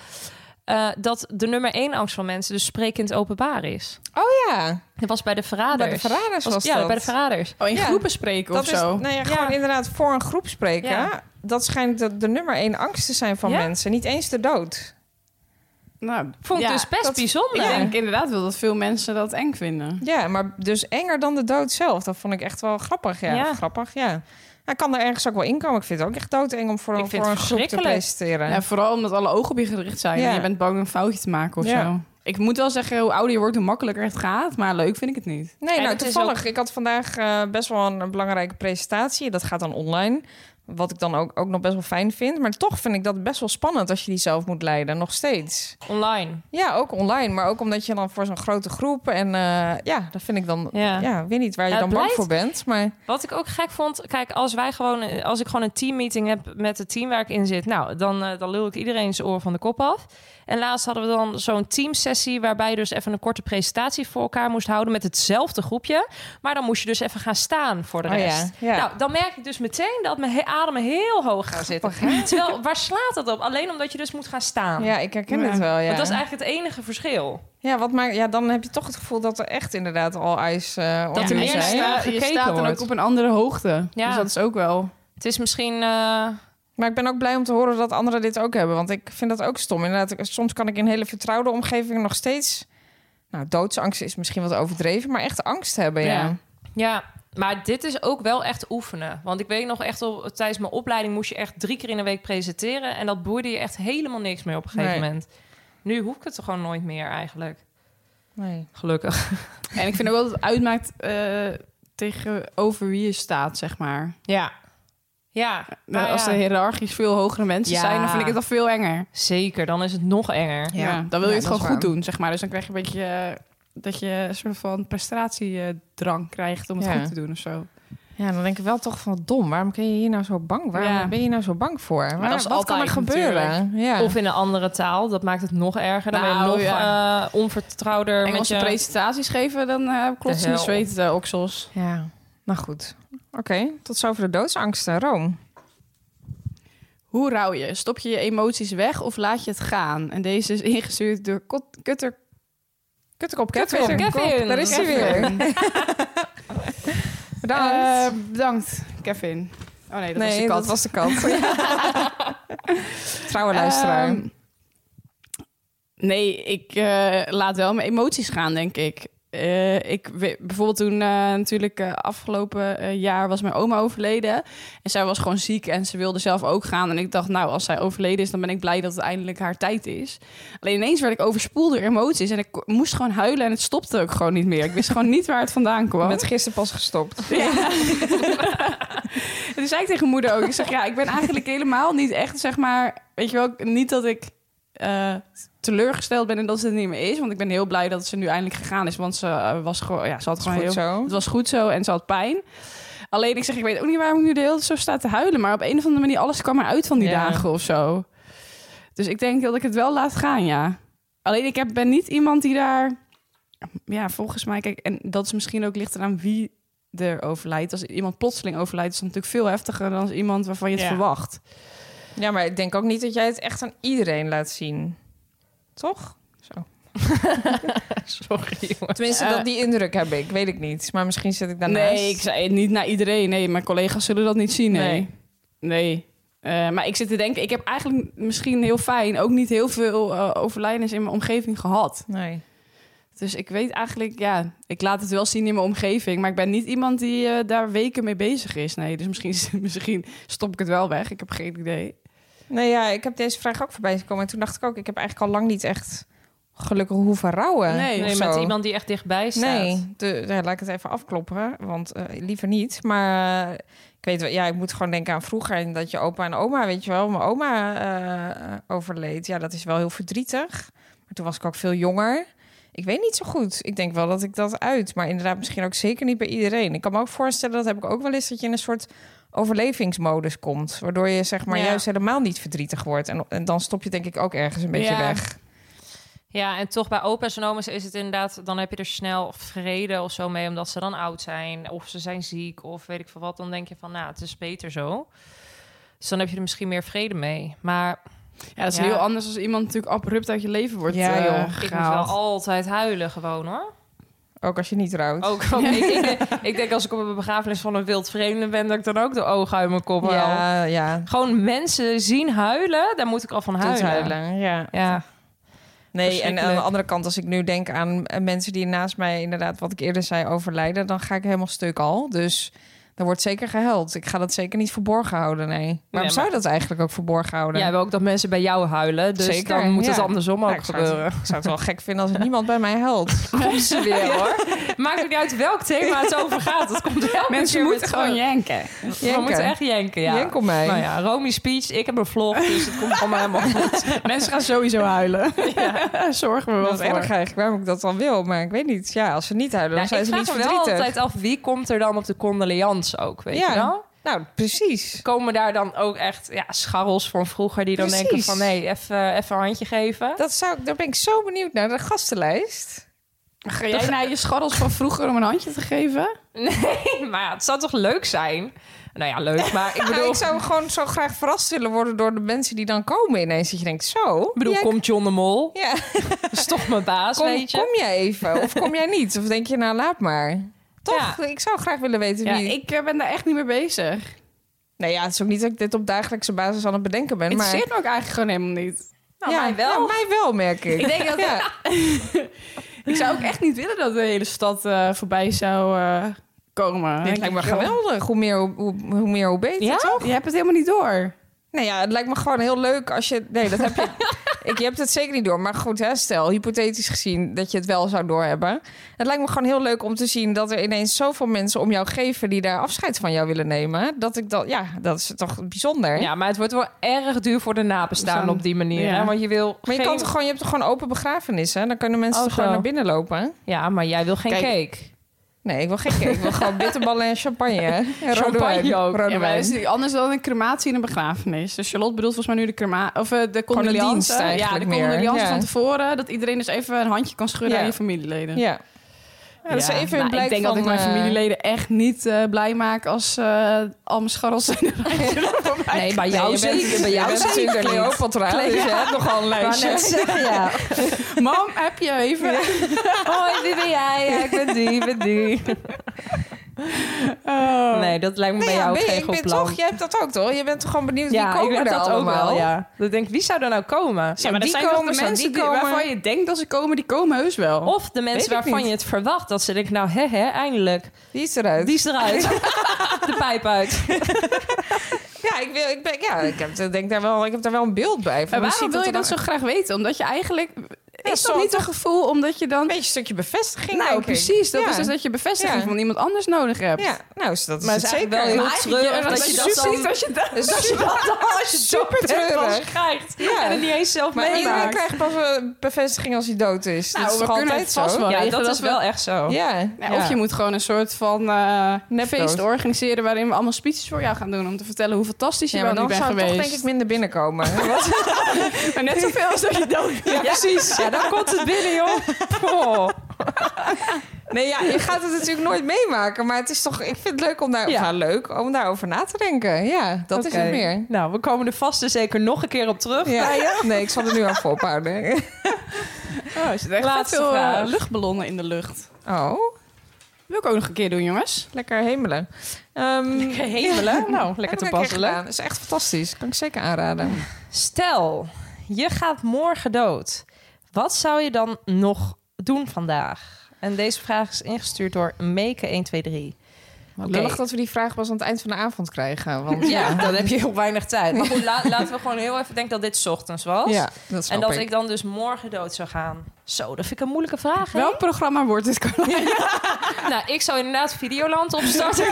[SPEAKER 4] Eh, dat de nummer één angst van mensen dus spreken in het openbaar is.
[SPEAKER 5] Oh Ja,
[SPEAKER 4] Dat was bij de verraders.
[SPEAKER 5] bij de verraders was,
[SPEAKER 4] ja,
[SPEAKER 5] dat.
[SPEAKER 4] bij de verraders.
[SPEAKER 6] Oh, in
[SPEAKER 5] Ja.
[SPEAKER 6] groepen spreken
[SPEAKER 5] dat
[SPEAKER 6] of
[SPEAKER 5] is,
[SPEAKER 6] zo.
[SPEAKER 5] nou ja, gewoon
[SPEAKER 4] Ja.
[SPEAKER 5] inderdaad voor een groep spreken.
[SPEAKER 4] Ja.
[SPEAKER 5] Dat schijnt de, de nummer één angst te zijn van
[SPEAKER 4] Ja.
[SPEAKER 5] mensen. Niet eens de dood.
[SPEAKER 6] Nou,
[SPEAKER 4] Vond ik
[SPEAKER 6] ja,
[SPEAKER 4] dus best
[SPEAKER 5] dat-
[SPEAKER 4] bijzonder.
[SPEAKER 6] Ik denk inderdaad wel dat veel mensen dat eng vinden.
[SPEAKER 5] Ja, maar dus enger dan de dood zelf. Dat vond ik echt wel grappig. Ja,
[SPEAKER 4] Ja.
[SPEAKER 5] grappig, ja. Hij kan er ergens ook wel in komen. Ik vind het ook echt doodeng om voor,
[SPEAKER 4] Ik
[SPEAKER 5] voor
[SPEAKER 4] vind het
[SPEAKER 5] een groep te
[SPEAKER 4] verschrikkelijk.
[SPEAKER 5] presenteren.
[SPEAKER 6] Ja, vooral omdat alle ogen op je gericht zijn
[SPEAKER 5] Ja.
[SPEAKER 6] en je bent bang een foutje te maken of
[SPEAKER 5] Ja.
[SPEAKER 6] zo. Ik moet wel zeggen, hoe ouder je wordt, hoe makkelijker het gaat. Maar leuk vind ik het niet.
[SPEAKER 5] Nee,
[SPEAKER 4] En
[SPEAKER 5] nou
[SPEAKER 4] het is
[SPEAKER 5] toevallig. Ik had vandaag eh, best wel een, een belangrijke presentatie. Dat gaat dan online. Wat ik dan ook, ook nog best wel fijn vind. Maar toch vind ik dat best wel spannend als je die zelf moet leiden. Nog steeds.
[SPEAKER 4] Online.
[SPEAKER 5] Ja, ook online. Maar ook omdat je dan voor zo'n grote groep. En eh, ja, dat vind ik dan. Ja.
[SPEAKER 4] Ja.
[SPEAKER 5] weet niet waar je
[SPEAKER 4] Ja,
[SPEAKER 5] dan
[SPEAKER 4] het
[SPEAKER 5] bang
[SPEAKER 4] blijft-
[SPEAKER 5] voor bent. Maar
[SPEAKER 4] Wat ik ook gek vond, kijk, als wij gewoon, als ik gewoon een teammeeting heb met het team waar ik in zit, nou, dan, eh, dan lul ik iedereen zijn oor van de kop af. En laatst hadden we dan zo'n teamsessie waarbij je dus even een korte presentatie voor elkaar moest houden met hetzelfde groepje. Maar dan moest je dus even gaan staan voor de
[SPEAKER 5] Oh ja,
[SPEAKER 4] rest.
[SPEAKER 5] ja.
[SPEAKER 4] Nou, dan merk ik dus meteen dat mijn he- ademen heel hoog gaan zitten. Terwijl, waar slaat dat op? Alleen omdat je dus moet gaan staan.
[SPEAKER 5] Ja, ik herken
[SPEAKER 6] Ja.
[SPEAKER 5] het wel, ja.
[SPEAKER 4] Want dat is eigenlijk het enige verschil.
[SPEAKER 5] ja, wat maakt, ja, dan heb je toch het gevoel dat er echt inderdaad al ijs eh
[SPEAKER 4] Dat er
[SPEAKER 5] onder
[SPEAKER 4] meer
[SPEAKER 5] zijn.
[SPEAKER 4] staat.
[SPEAKER 6] Ja, je
[SPEAKER 4] gekeken
[SPEAKER 6] staat dan
[SPEAKER 4] wordt.
[SPEAKER 6] ook op een andere hoogte.
[SPEAKER 4] Ja.
[SPEAKER 6] Dus dat is ook wel.
[SPEAKER 4] Het is misschien... eh,
[SPEAKER 5] Maar ik ben ook blij om te horen dat anderen dit ook hebben. Want ik vind dat ook stom. Inderdaad, ik- soms kan ik in hele vertrouwde omgevingen nog steeds... Nou, doodsangst is misschien wat overdreven, maar echt angst hebben, ja.
[SPEAKER 4] Ja. Ja, maar dit is ook wel echt oefenen. Want ik weet nog echt, op, tijdens mijn opleiding moest je echt drie keer in de week presenteren. En dat boeide je echt helemaal niks meer op een gegeven
[SPEAKER 5] Nee.
[SPEAKER 4] moment. Nu hoef ik het er gewoon nooit meer eigenlijk.
[SPEAKER 5] Nee.
[SPEAKER 4] Gelukkig.
[SPEAKER 6] En ik vind ook wel dat het uitmaakt eh, tegenover wie je staat, zeg maar.
[SPEAKER 4] Ja. Ja,
[SPEAKER 6] Nou,
[SPEAKER 4] Ah,
[SPEAKER 6] als
[SPEAKER 4] ja.
[SPEAKER 6] er hiërarchisch veel hogere mensen
[SPEAKER 4] Ja.
[SPEAKER 6] zijn, dan vind ik het al veel enger.
[SPEAKER 4] zeker. Dan is het nog enger.
[SPEAKER 6] Ja. Dan wil je
[SPEAKER 5] Ja, dat
[SPEAKER 6] het
[SPEAKER 5] is
[SPEAKER 6] gewoon goed
[SPEAKER 5] waar.
[SPEAKER 6] doen, zeg maar. Dus dan krijg je een beetje eh, dat je een soort van prestatiedrang krijgt om het
[SPEAKER 5] Ja.
[SPEAKER 6] goed te doen of zo.
[SPEAKER 5] Ja, dan denk ik wel toch van dom. Waarom ben je hier nou zo bang? Waarom
[SPEAKER 6] Ja.
[SPEAKER 5] ben je nou zo bang voor? Maar
[SPEAKER 6] dat is
[SPEAKER 5] wat kan er
[SPEAKER 6] altijd
[SPEAKER 5] gebeuren? Ja.
[SPEAKER 4] Of in een andere taal. Dat maakt het nog erger. Dan ben je
[SPEAKER 6] Nou,
[SPEAKER 4] nog
[SPEAKER 6] ja.
[SPEAKER 4] eh, onvertrouwder
[SPEAKER 6] Engelse
[SPEAKER 4] met je...
[SPEAKER 6] presentaties geven, dan eh klopt ze
[SPEAKER 4] hel.
[SPEAKER 6] de zweet de oksels.
[SPEAKER 5] ja. Nou goed. Oké, tot zover de doodsangsten. Rome.
[SPEAKER 6] Hoe rouw je? Stop je je emoties weg of laat je het gaan? En deze is ingestuurd door Kot- Kutter...
[SPEAKER 5] Kuttekop Kevin.
[SPEAKER 4] Kuttekop Kevin.
[SPEAKER 5] Daar is hij weer.
[SPEAKER 6] Kevin.
[SPEAKER 5] Bedankt.
[SPEAKER 6] Eh, bedankt, Kevin. Oh nee, dat was
[SPEAKER 5] nee,
[SPEAKER 6] de kat.
[SPEAKER 5] dat was de kat. Trouwe luisteraar.
[SPEAKER 6] Ehm, nee, ik eh, laat wel mijn emoties gaan, denk ik. Eh, ik we- bijvoorbeeld toen eh, natuurlijk eh, afgelopen eh, jaar was mijn oma overleden. En zij was gewoon ziek en ze wilde zelf ook gaan. En ik dacht, nou, als zij overleden is, dan ben ik blij dat het eindelijk haar tijd is. Alleen ineens werd ik overspoeld door emoties. En ik ko- moest gewoon huilen en het stopte ook gewoon niet meer. Ik wist gewoon niet waar het vandaan kwam.
[SPEAKER 5] Met gisteren pas gestopt.
[SPEAKER 6] Ja. en toen zei ik tegen moeder ook, ik zeg ja, ik ben eigenlijk helemaal niet echt, zeg maar, weet je wel, niet dat ik eh, teleurgesteld ben en dat ze het niet meer is, want ik ben heel blij dat ze nu eindelijk gegaan is, want ze eh, was gewoon, ja, ze had gewoon
[SPEAKER 5] Goed
[SPEAKER 6] heel,
[SPEAKER 5] zo.
[SPEAKER 6] het was goed zo en ze had pijn. Alleen ik zeg, ik weet ook niet waarom ik nu de hele tijd zo sta te huilen, maar op een of andere manier alles kwam eruit van die
[SPEAKER 5] Ja.
[SPEAKER 6] dagen of zo. Dus ik denk dat ik het wel laat gaan, ja. Alleen ik heb, ben niet iemand die daar ja, volgens mij, kijk, en dat is misschien ook ligt eraan wie er overlijdt. Als iemand plotseling overlijdt, is dat natuurlijk veel heftiger dan als iemand waarvan je het
[SPEAKER 4] Ja.
[SPEAKER 6] verwacht.
[SPEAKER 5] Ja, maar ik denk ook niet dat jij het echt aan iedereen laat zien. Toch?
[SPEAKER 4] Sorry, jongen.
[SPEAKER 5] Tenminste,
[SPEAKER 6] Eh,
[SPEAKER 5] dat die indruk heb ik. Weet ik niet. Maar misschien zit ik daarnaast.
[SPEAKER 6] Nee, ik zei het niet naar iedereen. Nee, mijn collega's zullen dat niet zien. Nee.
[SPEAKER 5] Nee.
[SPEAKER 6] Nee. Eh, maar ik zit te denken, ik heb eigenlijk misschien heel fijn ook niet heel veel eh, overlijdens in mijn omgeving gehad.
[SPEAKER 5] Nee.
[SPEAKER 6] Dus ik weet eigenlijk, ja, ik laat het wel zien in mijn omgeving. Maar ik ben niet iemand die eh, daar weken mee bezig is. Nee, dus misschien, misschien stop ik het wel weg. Ik heb geen idee.
[SPEAKER 5] Nee, ja, ik heb deze vraag ook voorbij gekomen. En toen dacht ik ook, ik heb eigenlijk al lang niet echt gelukkig hoeven rouwen.
[SPEAKER 6] Nee,
[SPEAKER 5] of
[SPEAKER 4] Nee,
[SPEAKER 5] zo.
[SPEAKER 4] met iemand die echt dichtbij staat.
[SPEAKER 5] Nee, de, ja, laat ik het even afkloppen, want eh, liever niet. Maar eh, ik weet wel, ja, ik moet gewoon denken aan vroeger en dat je opa en oma, weet je wel, mijn oma eh, overleed. Ja, dat is wel heel verdrietig. Maar toen was ik ook veel jonger. Ik weet niet zo goed. Ik denk wel dat ik dat uit, maar inderdaad misschien ook zeker niet bij iedereen. Ik kan me ook voorstellen, dat heb ik ook wel eens, dat je in een soort overlevingsmodus komt, waardoor je zeg maar
[SPEAKER 4] Ja.
[SPEAKER 5] juist helemaal niet verdrietig wordt. En, en dan stop je denk ik ook ergens een beetje
[SPEAKER 6] Ja.
[SPEAKER 5] weg.
[SPEAKER 4] Ja, en toch bij opa's en oma's is het inderdaad... dan heb je er snel vrede of zo mee... omdat ze dan oud zijn of ze zijn ziek of weet ik veel wat. Dan denk je van, nou, het is beter zo. Dus dan heb je er misschien meer vrede mee. Maar
[SPEAKER 6] Ja, dat is
[SPEAKER 4] Ja.
[SPEAKER 6] heel anders als iemand natuurlijk abrupt uit je leven wordt
[SPEAKER 5] Ja,
[SPEAKER 6] eh,
[SPEAKER 5] joh. Ik
[SPEAKER 4] ik moet wel
[SPEAKER 6] gehaald.
[SPEAKER 4] altijd huilen gewoon, hoor.
[SPEAKER 5] Ook als je niet rouwt.
[SPEAKER 4] Ook, ook- ik, ik, ik denk als ik op een begrafenis van een wild vreemde ben... dat ik dan ook de ogen uit mijn kop haal.
[SPEAKER 5] ja, ja.
[SPEAKER 4] Gewoon mensen zien huilen, daar moet ik al van
[SPEAKER 5] Tot
[SPEAKER 4] huilen.
[SPEAKER 5] huilen, ja.
[SPEAKER 4] Ja,
[SPEAKER 5] Nee, en eh, aan de
[SPEAKER 4] Verschrikkelijk.
[SPEAKER 5] andere kant, als ik nu denk aan eh, mensen die naast mij, inderdaad, wat ik eerder zei, overlijden, dan ga ik helemaal stuk al. Dus daar wordt zeker gehuild. Ik ga dat zeker niet verborgen houden, nee. Waarom
[SPEAKER 4] maar-
[SPEAKER 5] zou je dat eigenlijk ook verborgen houden?
[SPEAKER 4] jij wil ook dat mensen bij jou huilen, dus
[SPEAKER 5] Zeker,
[SPEAKER 4] dan moet het
[SPEAKER 5] ja.
[SPEAKER 4] andersom ook
[SPEAKER 5] Nou, ik, zou
[SPEAKER 4] gebeuren.
[SPEAKER 5] het, ik zou het wel gek vinden als er niemand bij mij huilt.
[SPEAKER 4] komt ze weer hoor. Maakt ook niet uit welk thema het over gaat. Het komt wel
[SPEAKER 6] Mensen moeten gewoon jenken.
[SPEAKER 4] We moeten echt janken, ja.
[SPEAKER 5] Jenk op mij.
[SPEAKER 4] Nou ja, Romy speech, ik heb een vlog, dus het komt allemaal helemaal goed.
[SPEAKER 6] Mensen gaan sowieso huilen. Ja. Zorgen we
[SPEAKER 5] Dat
[SPEAKER 6] wel
[SPEAKER 5] is
[SPEAKER 6] voor.
[SPEAKER 5] erg eigenlijk, waarom ik dat dan wil. Maar ik weet niet, ja, als ze niet huilen, dan
[SPEAKER 4] Nou,
[SPEAKER 5] zijn
[SPEAKER 4] ik
[SPEAKER 5] ze
[SPEAKER 4] vraag
[SPEAKER 5] niet
[SPEAKER 4] me wel
[SPEAKER 5] verdrietig.
[SPEAKER 4] altijd af, wie komt er dan op de condoleance ook, weet
[SPEAKER 5] Ja.
[SPEAKER 4] je wel?
[SPEAKER 5] Nou, precies.
[SPEAKER 4] Komen daar dan ook echt ja, scharrels van vroeger die dan
[SPEAKER 5] Precies.
[SPEAKER 4] denken van... hé, hey, even even een handje geven.
[SPEAKER 5] Dat zou, ik- daar ben ik zo benieuwd naar, de gastenlijst.
[SPEAKER 6] Ga jij
[SPEAKER 5] nou
[SPEAKER 6] naar je scharrels van vroeger om een handje te geven?
[SPEAKER 4] Nee, maar ja, het zou toch leuk zijn? Nou ja, leuk, maar ik
[SPEAKER 5] Ja,
[SPEAKER 4] bedoel...
[SPEAKER 5] ik zou gewoon zo graag verrast willen worden door de mensen die dan komen ineens. Dat je denkt, zo.
[SPEAKER 4] Ik bedoel,
[SPEAKER 5] jij-
[SPEAKER 4] komt John de Mol?
[SPEAKER 5] Ja,
[SPEAKER 4] Dat is toch mijn baas,
[SPEAKER 5] kom,
[SPEAKER 4] weet je?
[SPEAKER 5] kom jij even? Of kom jij niet? Of denk je, nou laat maar. Toch,
[SPEAKER 4] Ja.
[SPEAKER 5] ik zou graag willen weten
[SPEAKER 6] Ja,
[SPEAKER 5] wie...
[SPEAKER 6] ik eh, ben daar echt niet mee bezig.
[SPEAKER 5] Nou ja, het is ook niet dat ik dit op dagelijkse basis aan het bedenken ben.
[SPEAKER 6] Het
[SPEAKER 5] Maar...
[SPEAKER 6] zit me ook eigenlijk gewoon helemaal niet.
[SPEAKER 4] Nou,
[SPEAKER 5] ja,
[SPEAKER 4] mij wel.
[SPEAKER 5] ja, mij wel, merk ik.
[SPEAKER 6] Ik denk dat-
[SPEAKER 5] Ja.
[SPEAKER 6] Ik zou ook echt niet willen dat de hele stad eh, voorbij zou eh, komen.
[SPEAKER 5] Het lijkt me geweldig. Hoe meer, hoe, hoe- hoe meer, hoe beter,
[SPEAKER 4] Ja?
[SPEAKER 5] toch?
[SPEAKER 6] Je hebt het helemaal niet door.
[SPEAKER 5] Nou ja, het lijkt me gewoon heel leuk als je... Nee, dat heb je... ik, je hebt het zeker niet door. Maar goed, hè, stel, hypothetisch gezien, dat je het wel zou doorhebben. Het lijkt me gewoon heel leuk om te zien dat er ineens zoveel mensen om jou geven... die daar afscheid van jou willen nemen. Dat ik dat... Ja, dat is toch bijzonder?
[SPEAKER 4] Ja, maar het wordt wel erg duur voor de nabestaanden op die manier.
[SPEAKER 6] Ja.
[SPEAKER 4] Hè? Want je wil
[SPEAKER 5] Maar je,
[SPEAKER 4] geen...
[SPEAKER 5] kan toch gewoon, je hebt toch gewoon open begrafenissen? Dan kunnen mensen
[SPEAKER 4] Oh,
[SPEAKER 5] toch gewoon
[SPEAKER 4] zo.
[SPEAKER 5] naar binnen lopen?
[SPEAKER 4] Ja, maar jij wil geen
[SPEAKER 5] Kijk,
[SPEAKER 4] cake.
[SPEAKER 5] Nee, ik wil geen cake. Ik wil gewoon bitterballen en champagne. hè? En rode
[SPEAKER 4] Champagne
[SPEAKER 5] wijn.
[SPEAKER 4] ook.
[SPEAKER 5] Rode
[SPEAKER 6] Ja, maar
[SPEAKER 5] wijn.
[SPEAKER 6] dat is natuurlijk anders dan een crematie en een begrafenis. Dus Charlotte bedoelt volgens mij nu de crema of eh, de
[SPEAKER 5] dienst
[SPEAKER 6] condoleance. Ja,
[SPEAKER 5] eigenlijk
[SPEAKER 6] de
[SPEAKER 5] meer.
[SPEAKER 6] condoleance
[SPEAKER 5] Ja.
[SPEAKER 6] van tevoren. Dat iedereen dus even een handje kan schudden
[SPEAKER 5] Ja.
[SPEAKER 6] aan je familieleden.
[SPEAKER 5] Ja. Ja, dat is even een
[SPEAKER 6] nou,
[SPEAKER 5] blijk
[SPEAKER 6] Ik denk dat
[SPEAKER 5] van,
[SPEAKER 6] ik mijn
[SPEAKER 5] eh,
[SPEAKER 6] familieleden echt niet eh, blij maak als eh, al mijn scharrels in de rijtje er voorbij
[SPEAKER 4] Nee, bij jou
[SPEAKER 5] je bent-
[SPEAKER 4] zeker. Bij
[SPEAKER 5] je
[SPEAKER 4] jou
[SPEAKER 5] bent
[SPEAKER 4] zeker
[SPEAKER 5] natuurlijk
[SPEAKER 4] niet.
[SPEAKER 5] Cleopatra,
[SPEAKER 4] Cle-
[SPEAKER 5] dus je hebt nogal een lijstje.
[SPEAKER 4] ja.
[SPEAKER 6] komen. Mam, heb je even?
[SPEAKER 4] Hoi, wie ben jij? Ja, ik ben die, ik ben die. Nee, dat lijkt me
[SPEAKER 5] Nou
[SPEAKER 4] bij
[SPEAKER 5] ja,
[SPEAKER 4] jou ook
[SPEAKER 5] ben je-
[SPEAKER 4] geen
[SPEAKER 5] ik
[SPEAKER 4] goed
[SPEAKER 5] ben
[SPEAKER 4] plan.
[SPEAKER 5] toch, jij hebt dat ook toch? Je bent toch gewoon benieuwd
[SPEAKER 4] ja,
[SPEAKER 5] wie komen
[SPEAKER 4] ik
[SPEAKER 5] er
[SPEAKER 4] weet dat
[SPEAKER 5] allemaal?
[SPEAKER 4] ook wel, ja. Dan denk ik, wie zou er nou komen?
[SPEAKER 5] maar dat zijn toch de mensen die- waarvan
[SPEAKER 6] waarvan je denkt dat ze komen, die komen heus wel.
[SPEAKER 4] Of de mensen
[SPEAKER 5] Weet ik
[SPEAKER 4] waarvan
[SPEAKER 5] niet.
[SPEAKER 4] je het verwacht. Dat ze denken, nou, hè, hè, eindelijk.
[SPEAKER 5] Die is eruit.
[SPEAKER 4] Die is eruit. de pijp uit.
[SPEAKER 5] Ja, ik, wil, ik, ben, ja ik, heb, ik denk daar wel, ik heb daar wel een beeld bij. Van hoe
[SPEAKER 6] maar waarom
[SPEAKER 5] ziet
[SPEAKER 6] wil je dat
[SPEAKER 5] er
[SPEAKER 6] zo graag weten? Omdat je eigenlijk... is dat
[SPEAKER 5] soort-
[SPEAKER 6] niet een gevoel omdat je
[SPEAKER 5] Een
[SPEAKER 6] dan...
[SPEAKER 5] beetje een stukje bevestiging,
[SPEAKER 6] Nou,
[SPEAKER 5] denk ik.
[SPEAKER 6] precies. Dat
[SPEAKER 5] Ja.
[SPEAKER 6] is dus dat je bevestiging
[SPEAKER 5] Ja.
[SPEAKER 6] van iemand anders nodig hebt.
[SPEAKER 5] Ja, nou, is dat
[SPEAKER 4] Maar
[SPEAKER 5] is
[SPEAKER 4] het is eigenlijk
[SPEAKER 5] het zeker.
[SPEAKER 4] wel heel
[SPEAKER 5] Maar
[SPEAKER 4] treurig
[SPEAKER 5] eigenlijk-
[SPEAKER 4] dat je
[SPEAKER 5] super
[SPEAKER 4] dat dan-
[SPEAKER 5] triest als je dat,
[SPEAKER 4] Dus als je dat dan als je
[SPEAKER 5] Super
[SPEAKER 4] super treurig
[SPEAKER 5] treurig.
[SPEAKER 4] krijgt.
[SPEAKER 5] Ja.
[SPEAKER 4] En het niet eens zelf
[SPEAKER 5] Maar iedereen
[SPEAKER 4] meemaakt.
[SPEAKER 5] krijgt pas een bevestiging als hij dood is.
[SPEAKER 6] Nou,
[SPEAKER 5] dat is
[SPEAKER 6] we
[SPEAKER 5] toch
[SPEAKER 6] kunnen
[SPEAKER 5] altijd
[SPEAKER 6] het vast
[SPEAKER 5] zo?
[SPEAKER 6] wel.
[SPEAKER 4] Ja,
[SPEAKER 6] regelen
[SPEAKER 4] dat
[SPEAKER 6] dat
[SPEAKER 4] is
[SPEAKER 6] we-
[SPEAKER 4] wel echt zo.
[SPEAKER 5] Ja.
[SPEAKER 6] Ja,
[SPEAKER 5] ja.
[SPEAKER 6] Of je moet gewoon een soort van eh
[SPEAKER 5] Nepdood.
[SPEAKER 6] feest organiseren waarin we allemaal speeches voor jou gaan doen. Om te vertellen hoe fantastisch je
[SPEAKER 5] Ja,
[SPEAKER 6] wel
[SPEAKER 5] maar
[SPEAKER 6] niet
[SPEAKER 5] dan
[SPEAKER 6] bent
[SPEAKER 5] zou het
[SPEAKER 6] geweest.
[SPEAKER 5] toch denk ik minder binnenkomen.
[SPEAKER 6] maar net zoveel als dat je dood bent.
[SPEAKER 4] Ja, precies. Ja, dan komt het binnen, joh. Goh.
[SPEAKER 5] Nee, ja, je gaat het natuurlijk nooit meemaken. Maar het is toch, ik vind het leuk om, daar,
[SPEAKER 4] Ja.
[SPEAKER 5] ja, leuk om daarover na te denken. Ja, dat is het
[SPEAKER 4] Oké.
[SPEAKER 5] meer.
[SPEAKER 4] Nou, we komen er vast en zeker nog een keer op terug.
[SPEAKER 5] Ja. Nee, ik zal er nu aan volhouden.
[SPEAKER 6] Oh, er zitten echt
[SPEAKER 4] Laatste
[SPEAKER 6] veel eh,
[SPEAKER 4] vraag.
[SPEAKER 6] luchtballonnen in de lucht.
[SPEAKER 5] Oh,
[SPEAKER 6] Wil ik ook nog een keer doen, jongens.
[SPEAKER 5] lekker hemelen. Ehm, ja,
[SPEAKER 4] Hemelen. Nou,
[SPEAKER 5] heb
[SPEAKER 4] lekker
[SPEAKER 5] ik
[SPEAKER 4] toepasselijk.
[SPEAKER 5] gedaan. Dat is echt fantastisch. Kan ik zeker aanraden.
[SPEAKER 4] Stel, je gaat morgen dood. Wat zou je dan nog doen vandaag? En deze vraag is ingestuurd door Meke123.
[SPEAKER 5] Wat
[SPEAKER 4] Oké.
[SPEAKER 5] Lullig dat we die vraag pas aan het eind van de avond krijgen. Want
[SPEAKER 4] Ja, dan heb je heel weinig tijd. Maar goed, la- laten we gewoon heel even denken dat dit 's ochtends was.
[SPEAKER 5] ja, dat snap
[SPEAKER 4] en dat ik.
[SPEAKER 5] ik.
[SPEAKER 4] dan dus morgen dood zou gaan. Zo, dat vind ik een moeilijke vraag. hè?
[SPEAKER 6] Welk programma wordt dit? Carlijn?
[SPEAKER 4] Nou, ik zou inderdaad Videoland opstarten.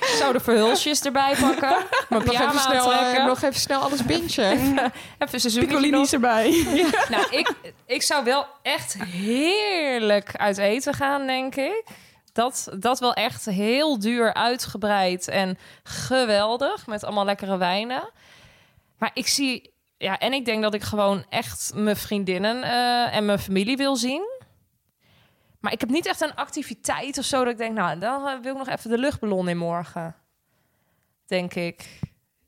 [SPEAKER 4] ik zou de verhulsjes erbij pakken. Mijn
[SPEAKER 5] nog
[SPEAKER 4] pyjama
[SPEAKER 5] even, snel, eh,
[SPEAKER 4] aantrekken.
[SPEAKER 5] nog even snel alles bingen.
[SPEAKER 4] Even seizoen.
[SPEAKER 6] Piccolini's erbij.
[SPEAKER 4] Nou, ik, ik zou wel echt heerlijk uit eten gaan, denk ik. Dat, dat wel echt heel duur, uitgebreid en geweldig. Met allemaal lekkere wijnen. Maar ik zie... Ja, en ik denk dat ik gewoon echt mijn vriendinnen eh, en mijn familie wil zien. Maar ik heb niet echt een activiteit of zo dat ik denk... Nou, dan eh, wil ik nog even de luchtballon in morgen. Denk ik.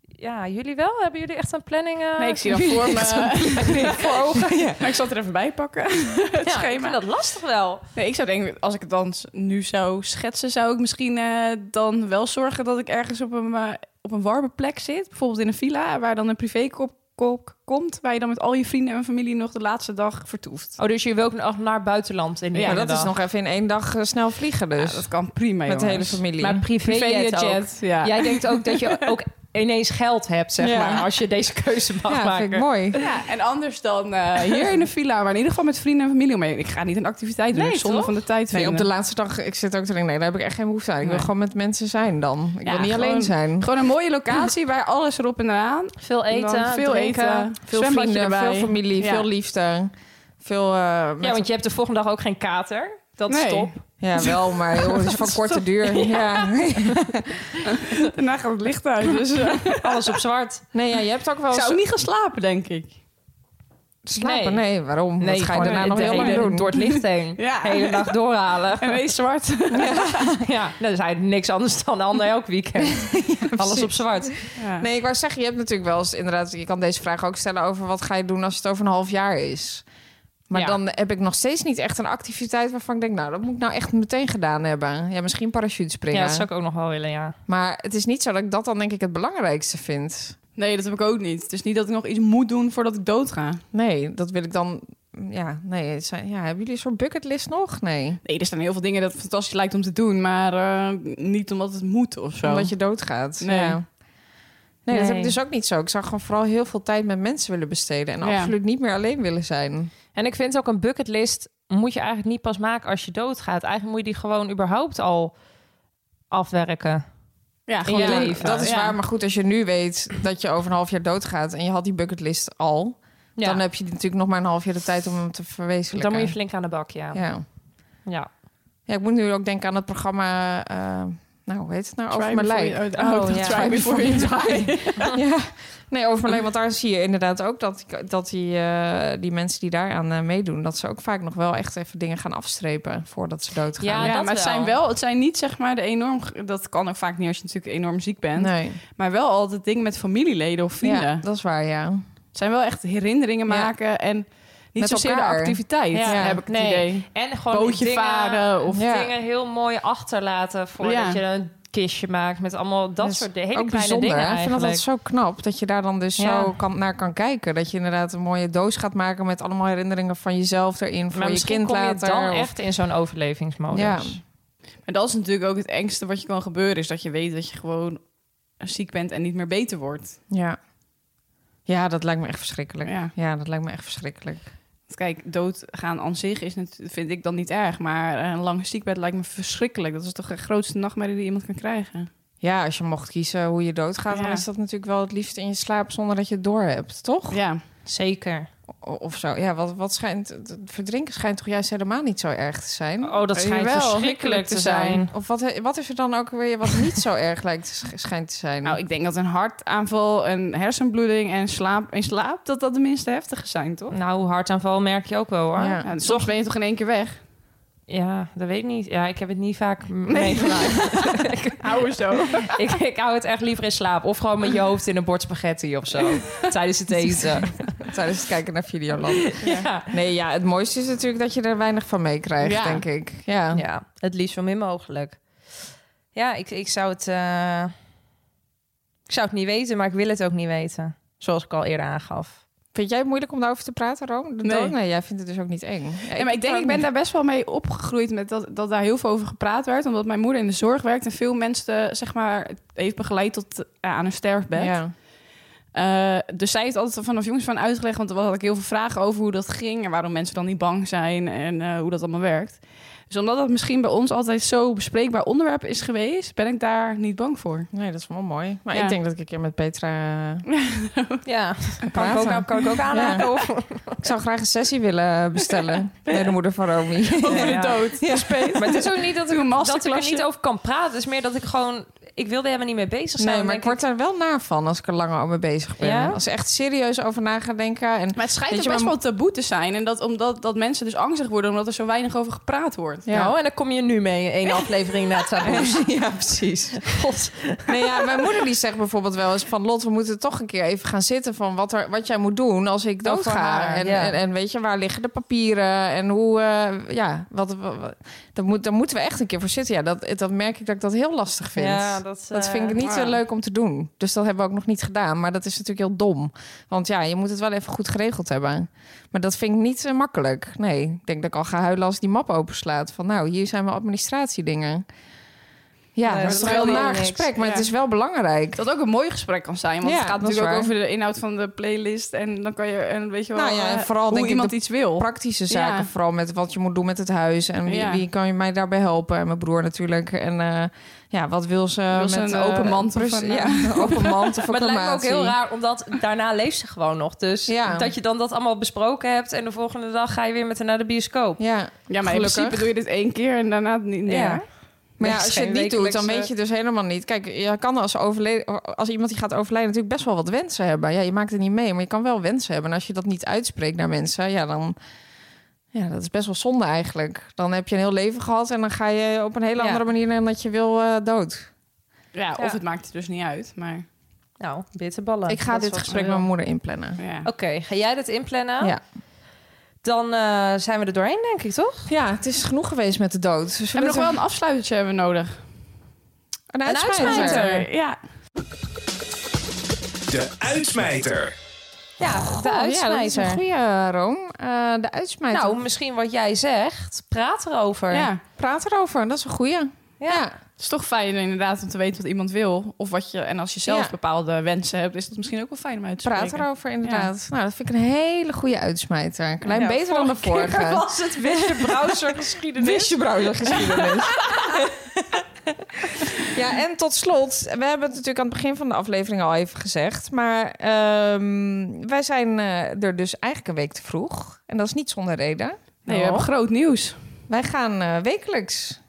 [SPEAKER 4] Ja, jullie wel? Hebben jullie echt een planning? eh?
[SPEAKER 6] Nee, ik zie dan voor me.
[SPEAKER 5] Voor ogen. Ja.
[SPEAKER 6] Maar ik zal het er even bij pakken. Het
[SPEAKER 4] ja, ik
[SPEAKER 6] schema.
[SPEAKER 4] vind dat lastig wel.
[SPEAKER 6] Nee, ik zou denken, als ik het dan nu zou schetsen, zou ik misschien eh, dan wel zorgen dat ik ergens op een, eh, op een warme plek zit. Bijvoorbeeld in een villa, waar dan een privékok kok komt, waar je dan met al je vrienden en familie nog de laatste dag vertoeft.
[SPEAKER 4] Oh, dus je wil ook nog naar buitenland in
[SPEAKER 6] Ja,
[SPEAKER 5] Maar dat is nog even in één dag eh, snel vliegen dus.
[SPEAKER 6] Ja, dat kan prima,
[SPEAKER 5] Met de hele
[SPEAKER 6] jongens.
[SPEAKER 5] familie.
[SPEAKER 4] Maar privéjet ook.
[SPEAKER 6] Privéjet, ja.
[SPEAKER 4] Jij denkt ook dat je ook ineens geld hebt, zeg
[SPEAKER 5] Ja.
[SPEAKER 4] maar, als je deze keuze mag
[SPEAKER 5] ja, vind
[SPEAKER 4] maken.
[SPEAKER 5] ik mooi.
[SPEAKER 6] Ja, en anders dan eh, hier in een villa, maar in ieder geval met vrienden en familie omheen. Ik ga niet een activiteit doen,
[SPEAKER 4] Nee,
[SPEAKER 6] ik zonde
[SPEAKER 4] toch?
[SPEAKER 6] van de tijd
[SPEAKER 5] Nee, op
[SPEAKER 6] vinden.
[SPEAKER 5] de laatste dag, ik zit ook te denken, nee, daar heb ik echt geen behoefte aan. Ik wil
[SPEAKER 6] Nee.
[SPEAKER 5] gewoon met mensen zijn dan. Ik
[SPEAKER 6] Ja,
[SPEAKER 5] wil niet
[SPEAKER 6] gewoon-
[SPEAKER 5] alleen zijn.
[SPEAKER 6] Gewoon een mooie locatie waar alles erop en eraan.
[SPEAKER 4] Veel eten,
[SPEAKER 6] Dan veel
[SPEAKER 4] drinken.
[SPEAKER 6] eten,
[SPEAKER 5] Veel
[SPEAKER 6] zwembadje
[SPEAKER 5] vrienden,
[SPEAKER 6] erbij.
[SPEAKER 5] veel familie,
[SPEAKER 6] Ja.
[SPEAKER 5] veel liefde. Veel, eh, met-
[SPEAKER 4] Ja, want je hebt de volgende dag ook geen kater. Dat is
[SPEAKER 6] Nee.
[SPEAKER 4] top.
[SPEAKER 5] ja, wel, maar joh, het is van korte duur. Ja.
[SPEAKER 6] Daarna gaat het licht uit, dus... eh,
[SPEAKER 4] Alles op zwart.
[SPEAKER 5] Nee, ja, je hebt ook wel
[SPEAKER 6] Ik
[SPEAKER 5] eens...
[SPEAKER 6] zou ook niet gaan slapen, denk ik.
[SPEAKER 5] slapen.
[SPEAKER 4] Nee.
[SPEAKER 5] Nee, waarom?
[SPEAKER 4] Nee,
[SPEAKER 5] dat ga je
[SPEAKER 4] gewoon
[SPEAKER 5] daarna
[SPEAKER 4] de
[SPEAKER 5] nog heel lang
[SPEAKER 4] hele-
[SPEAKER 5] doen.
[SPEAKER 4] Door het licht heen.
[SPEAKER 6] Ja.
[SPEAKER 4] De hele dag doorhalen.
[SPEAKER 6] En wees zwart.
[SPEAKER 4] Ja, nou, dat is eigenlijk niks anders dan ander elk weekend. Alles op zwart.
[SPEAKER 6] Ja.
[SPEAKER 5] Nee, ik wou zeggen, je hebt natuurlijk wel eens inderdaad, je kan deze vraag ook stellen over wat ga je doen als het over een half jaar is. Maar
[SPEAKER 4] Ja.
[SPEAKER 5] dan heb ik nog steeds niet echt een activiteit waarvan ik denk, nou, dat moet ik nou echt meteen gedaan hebben. Ja, misschien parachute springen.
[SPEAKER 4] Ja, dat zou ik ook nog wel willen, ja.
[SPEAKER 5] Maar het is niet zo dat ik dat dan denk ik het belangrijkste vind.
[SPEAKER 6] Nee, dat heb ik ook niet. Het is niet dat ik nog iets moet doen voordat ik doodga.
[SPEAKER 5] Nee, dat wil ik dan. Ja, nee. het zijn- Ja, hebben jullie een soort bucketlist nog? Nee.
[SPEAKER 6] Nee, er staan heel veel dingen dat fantastisch lijkt om te doen, maar eh, niet omdat het moet of zo.
[SPEAKER 5] Omdat je doodgaat.
[SPEAKER 6] Nee.
[SPEAKER 5] Ja. Nee, dat heb
[SPEAKER 4] Nee.
[SPEAKER 5] ik dus ook niet zo. Ik zou gewoon vooral heel veel tijd met mensen willen besteden. En
[SPEAKER 6] Ja.
[SPEAKER 5] absoluut niet meer alleen willen zijn.
[SPEAKER 4] En ik vind ook een bucketlist moet je eigenlijk niet pas maken als je doodgaat. Eigenlijk moet je die gewoon überhaupt al afwerken.
[SPEAKER 6] ja,
[SPEAKER 4] gewoon
[SPEAKER 5] Ja,
[SPEAKER 4] leven.
[SPEAKER 5] Dat is
[SPEAKER 6] Ja.
[SPEAKER 5] waar. Maar goed, als je nu weet dat je over een half jaar doodgaat en je had die bucketlist al,
[SPEAKER 4] Ja.
[SPEAKER 5] dan heb je natuurlijk nog maar een half jaar de tijd om hem te verwezenlijken.
[SPEAKER 4] Dan moet je flink aan de bak, ja. Ja,
[SPEAKER 5] ja. ja, ik moet nu ook denken aan het programma. eh, nou, hoe heet het nou? Over mijn lijf.
[SPEAKER 6] Oh,
[SPEAKER 5] Oh,
[SPEAKER 6] ja.
[SPEAKER 5] ja.
[SPEAKER 6] Try before you die.
[SPEAKER 5] ja. Nee, over mijn lijf. Want daar zie je inderdaad ook dat, dat die, eh, die mensen die daaraan eh, meedoen, dat ze ook vaak nog wel echt even dingen gaan afstrepen voordat ze doodgaan.
[SPEAKER 4] Ja,
[SPEAKER 6] Ja,
[SPEAKER 4] dat
[SPEAKER 6] maar het
[SPEAKER 4] wel.
[SPEAKER 6] zijn wel, het zijn niet zeg maar de enorm, dat kan ook vaak niet als je natuurlijk enorm ziek bent,
[SPEAKER 5] Nee.
[SPEAKER 6] maar wel altijd dingen met familieleden of vrienden.
[SPEAKER 5] Ja, dat is waar, ja.
[SPEAKER 6] Het zijn wel echt herinneringen
[SPEAKER 5] Ja.
[SPEAKER 6] maken en niet
[SPEAKER 5] Met
[SPEAKER 6] zozeer
[SPEAKER 5] elkaar.
[SPEAKER 6] de activiteit,
[SPEAKER 4] Ja.
[SPEAKER 6] heb ik het
[SPEAKER 4] Nee.
[SPEAKER 6] idee.
[SPEAKER 4] En gewoon
[SPEAKER 6] Bootje
[SPEAKER 4] dingen,
[SPEAKER 6] varen of...
[SPEAKER 5] Ja.
[SPEAKER 4] dingen heel mooi achterlaten voordat
[SPEAKER 6] Ja.
[SPEAKER 4] je een kistje maakt met allemaal dat soort de hele
[SPEAKER 5] Dus ook
[SPEAKER 4] kleine
[SPEAKER 5] bijzonder.
[SPEAKER 4] dingen
[SPEAKER 5] hè? Ik vind dat
[SPEAKER 4] eigenlijk.
[SPEAKER 5] altijd zo knap dat je daar dan dus
[SPEAKER 4] Ja.
[SPEAKER 5] zo kan, naar kan kijken. Dat je inderdaad een mooie doos gaat maken met allemaal herinneringen van jezelf erin. Voor
[SPEAKER 4] maar
[SPEAKER 5] je
[SPEAKER 4] misschien
[SPEAKER 5] kind
[SPEAKER 4] kom je
[SPEAKER 5] later.
[SPEAKER 4] dan
[SPEAKER 5] of-
[SPEAKER 4] echt in zo'n overlevingsmodus.
[SPEAKER 5] Ja.
[SPEAKER 6] En dat is natuurlijk ook het engste wat je kan gebeuren, is dat je weet dat je gewoon ziek bent en niet meer beter wordt.
[SPEAKER 5] Ja. ja, dat lijkt me echt verschrikkelijk.
[SPEAKER 6] Ja.
[SPEAKER 5] Ja. dat lijkt me echt verschrikkelijk.
[SPEAKER 6] Want Kijk, doodgaan aan zich is nat- vind ik dan niet erg. Maar eh, een lange ziekbed lijkt me verschrikkelijk. Dat is toch de grootste nachtmerrie die iemand kan krijgen.
[SPEAKER 5] Ja, als je mocht kiezen hoe je doodgaat,
[SPEAKER 6] Ja.
[SPEAKER 5] dan is dat natuurlijk wel het liefst in je slaap zonder dat je het door hebt, toch?
[SPEAKER 6] Ja,
[SPEAKER 4] Zeker.
[SPEAKER 5] O- Of zo. Ja, wat, wat schijnt. het Verdrinken schijnt toch juist helemaal niet zo erg te zijn?
[SPEAKER 4] Oh, dat schijnt
[SPEAKER 5] Jawel,
[SPEAKER 4] verschrikkelijk te zijn.
[SPEAKER 5] Of wat, wat is er dan ook weer wat niet zo erg lijkt te sch- schijnt te zijn?
[SPEAKER 6] nou, ik denk dat een hartaanval, een hersenbloeding en slaap, en slaap dat dat de minste heftige zijn, toch?
[SPEAKER 4] Nou, hartaanval merk je ook wel hoor.
[SPEAKER 5] Ja.
[SPEAKER 4] Ja,
[SPEAKER 6] Ja, soms ben je toch in één keer weg.
[SPEAKER 4] dat weet ik niet. Ja, ik heb het niet vaak m- meegemaakt.
[SPEAKER 6] Hou zo.
[SPEAKER 4] ik, ik hou het echt liever in slaap. Of gewoon met je hoofd in een bord spaghetti of zo. tijdens het eten.
[SPEAKER 5] Tijdens het kijken naar Videoland.
[SPEAKER 4] Ja.
[SPEAKER 5] Nee, ja, het mooiste is natuurlijk dat je er weinig van meekrijgt,
[SPEAKER 6] Ja.
[SPEAKER 5] denk ik. Ja.
[SPEAKER 4] ja, het liefst zo min mogelijk. Ja, ik, ik zou het... eh, Ik zou het niet weten, maar ik wil het ook niet weten. Zoals ik al eerder aangaf.
[SPEAKER 5] Vind jij het moeilijk om daarover te praten, Rome? De
[SPEAKER 6] Nee.
[SPEAKER 5] dood? Nee, jij vindt het dus ook niet eng. Ja,
[SPEAKER 6] Ja, Eh, maar ik denk, ik
[SPEAKER 5] Ehm.
[SPEAKER 6] ben daar best wel mee opgegroeid met dat, dat daar heel veel over gepraat werd. Omdat mijn moeder in de zorg werkt en veel mensen, eh, zeg maar, heeft begeleid tot eh, aan een sterfbed.
[SPEAKER 5] Ja.
[SPEAKER 6] Eh, dus zij heeft altijd vanaf jongens van uitgelegd, want er had ik heel veel vragen over hoe dat ging en waarom mensen dan niet bang zijn en eh, hoe dat allemaal werkt. Dus omdat dat misschien bij ons altijd zo bespreekbaar onderwerp is geweest, ben ik daar niet bang voor.
[SPEAKER 5] Nee, dat is wel mooi. Maar
[SPEAKER 6] Ja.
[SPEAKER 5] ik denk dat ik een keer met Petra eh,
[SPEAKER 4] Ja, kan ik
[SPEAKER 5] praten.
[SPEAKER 4] ook, nou, kan ik ook aanraken?
[SPEAKER 5] Ja.
[SPEAKER 4] Of...
[SPEAKER 5] Ik zou graag een sessie willen bestellen bij de moeder van Romy.
[SPEAKER 4] Over de
[SPEAKER 6] dood. Ja.
[SPEAKER 4] Maar het is ook niet dat ik, dat ik er
[SPEAKER 6] masterclassje.
[SPEAKER 4] niet over kan praten. Het is meer dat ik gewoon... Ik wilde helemaal niet mee bezig zijn.
[SPEAKER 5] Nee, maar
[SPEAKER 4] Dan denk
[SPEAKER 5] ik word er wel naar van als ik er langer over bezig ben.
[SPEAKER 4] Ja?
[SPEAKER 5] Als ik echt serieus over na ga denken. En
[SPEAKER 6] Maar het schijnt
[SPEAKER 5] Weet
[SPEAKER 6] ook
[SPEAKER 5] je,
[SPEAKER 6] best
[SPEAKER 5] maar-
[SPEAKER 6] wel taboe te zijn. En dat omdat dat mensen dus angstig worden omdat er zo weinig over gepraat wordt.
[SPEAKER 5] Ja.
[SPEAKER 4] Nou, en dan kom je nu mee. één aflevering na taboes. ja, precies. God.
[SPEAKER 5] Nee, ja, mijn moeder die zegt bijvoorbeeld wel eens van... Lot, we moeten toch een keer even gaan zitten van wat, er, wat jij moet doen als ik
[SPEAKER 4] Oh, voor
[SPEAKER 5] doodga.
[SPEAKER 4] haar,
[SPEAKER 5] En,
[SPEAKER 4] ja.
[SPEAKER 5] en, en weet je, waar liggen de papieren? En hoe, eh, ja, wat, wat, wat- dat moet, daar moeten we echt een keer voor zitten. Ja, dat, dat merk ik dat ik dat heel lastig vind.
[SPEAKER 4] Ja,
[SPEAKER 5] dat,
[SPEAKER 4] dat,
[SPEAKER 5] vind ik niet zo
[SPEAKER 6] maar-
[SPEAKER 5] leuk om te doen. Dus dat hebben we ook nog niet gedaan. Maar dat is natuurlijk heel dom. Want ja, je moet het wel even goed geregeld hebben. Maar dat vind ik niet eh, makkelijk. Nee, ik denk dat ik al ga huilen als die map openslaat. Van nou, hier zijn mijn administratiedingen. Ja,
[SPEAKER 4] Nee, dat
[SPEAKER 5] dat is toch
[SPEAKER 4] wil
[SPEAKER 5] wel een
[SPEAKER 4] je
[SPEAKER 5] naar
[SPEAKER 4] niks.
[SPEAKER 5] gesprek. Maar het
[SPEAKER 6] Ja.
[SPEAKER 5] is wel belangrijk.
[SPEAKER 6] Dat ook een mooi gesprek kan zijn. Want
[SPEAKER 5] Ja,
[SPEAKER 6] het
[SPEAKER 5] dat
[SPEAKER 6] gaat
[SPEAKER 5] is
[SPEAKER 6] natuurlijk ook
[SPEAKER 5] waar.
[SPEAKER 6] over de inhoud van de playlist. En dan kan je, en weet je wel,
[SPEAKER 5] Nou ja, en
[SPEAKER 6] eh,
[SPEAKER 5] vooral denk
[SPEAKER 6] hoe
[SPEAKER 5] ik
[SPEAKER 6] iemand
[SPEAKER 5] de
[SPEAKER 6] iets wil.
[SPEAKER 5] Praktische zaken,
[SPEAKER 6] Ja.
[SPEAKER 5] vooral met wat je moet doen met het huis. En wie,
[SPEAKER 6] Ja.
[SPEAKER 5] wie kan je mij daarbij helpen? En mijn broer natuurlijk. En eh, ja, wat wil ze
[SPEAKER 6] Wil ze
[SPEAKER 5] met...
[SPEAKER 6] een
[SPEAKER 5] eh,
[SPEAKER 6] open mand of
[SPEAKER 5] precies,
[SPEAKER 6] een,
[SPEAKER 5] ja, een open mand of een
[SPEAKER 4] Maar het lijkt me ook
[SPEAKER 5] crematie.
[SPEAKER 4] heel raar, omdat daarna leeft ze gewoon nog. Dus
[SPEAKER 5] Ja.
[SPEAKER 4] dat je dan dat allemaal besproken hebt... en de volgende dag ga je weer met haar naar de bioscoop.
[SPEAKER 5] Ja,
[SPEAKER 6] Ja, maar in
[SPEAKER 5] Gelukkig.
[SPEAKER 6] principe doe je dit één keer en daarna niet meer.
[SPEAKER 4] Ja.
[SPEAKER 5] Maar ja,
[SPEAKER 4] Dat is
[SPEAKER 5] als je het
[SPEAKER 4] geen
[SPEAKER 5] niet doet, dan
[SPEAKER 4] wekelijkse-
[SPEAKER 5] weet je dus helemaal niet. Kijk, je kan als, overleden, als iemand die gaat overlijden natuurlijk best wel wat wensen hebben. Ja, je maakt het niet mee, maar je kan wel wensen hebben. En als je dat niet uitspreekt naar mensen, ja, dan... Ja, dat is best wel zonde eigenlijk. Dan heb je een heel leven gehad en dan ga je op een hele
[SPEAKER 4] Ja.
[SPEAKER 5] andere manier dan dat je wil eh, dood.
[SPEAKER 6] Ja, of
[SPEAKER 4] Ja.
[SPEAKER 6] het maakt er dus niet uit, maar
[SPEAKER 4] Nou, bitterballen.
[SPEAKER 5] Ik ga
[SPEAKER 4] Dat is
[SPEAKER 5] dit
[SPEAKER 4] wat
[SPEAKER 5] gesprek
[SPEAKER 4] ik
[SPEAKER 5] met mijn
[SPEAKER 4] wil.
[SPEAKER 5] moeder inplannen.
[SPEAKER 6] ja.
[SPEAKER 4] Oké, ga jij dat inplannen?
[SPEAKER 5] Ja.
[SPEAKER 4] Dan eh, zijn we er doorheen, denk ik, toch?
[SPEAKER 5] ja, het is genoeg geweest met de dood. Zullen
[SPEAKER 6] Hebben we nog
[SPEAKER 5] het
[SPEAKER 6] wel een afsluitertje hebben we nodig?
[SPEAKER 5] een, een
[SPEAKER 4] een uitsmijter?
[SPEAKER 5] uitsmijter?
[SPEAKER 6] Ja.
[SPEAKER 3] De uitsmijter.
[SPEAKER 4] Oh, Ja, de
[SPEAKER 5] Ja, dat is een
[SPEAKER 4] uitsmijter.
[SPEAKER 5] goede, Room. Eh, de uitsmijter.
[SPEAKER 4] nou, misschien wat jij zegt. Praat erover.
[SPEAKER 6] ja.
[SPEAKER 5] praat erover. Dat is een goede.
[SPEAKER 4] Ja.
[SPEAKER 6] Het is toch fijn inderdaad om te weten wat iemand wil. Of wat je, en als je zelf
[SPEAKER 5] Ja.
[SPEAKER 6] bepaalde wensen hebt, is dat misschien ook wel fijn om uit te
[SPEAKER 5] Praat
[SPEAKER 6] spreken.
[SPEAKER 5] erover, inderdaad. Nou, dat vind ik een hele goede uitsmijter. Een klein
[SPEAKER 4] Ja,
[SPEAKER 5] beter dan de
[SPEAKER 4] keer
[SPEAKER 5] vorige.
[SPEAKER 4] was het Wish je Browser geschiedenis.
[SPEAKER 5] Wist je browsergeschiedenis. ja, en tot slot. We hebben het natuurlijk aan het begin van de aflevering al even gezegd. Maar ehm, wij zijn eh, er dus eigenlijk een week te vroeg. En dat is niet zonder reden.
[SPEAKER 6] Nee, we hebben groot nieuws.
[SPEAKER 5] Wij gaan eh, wekelijks.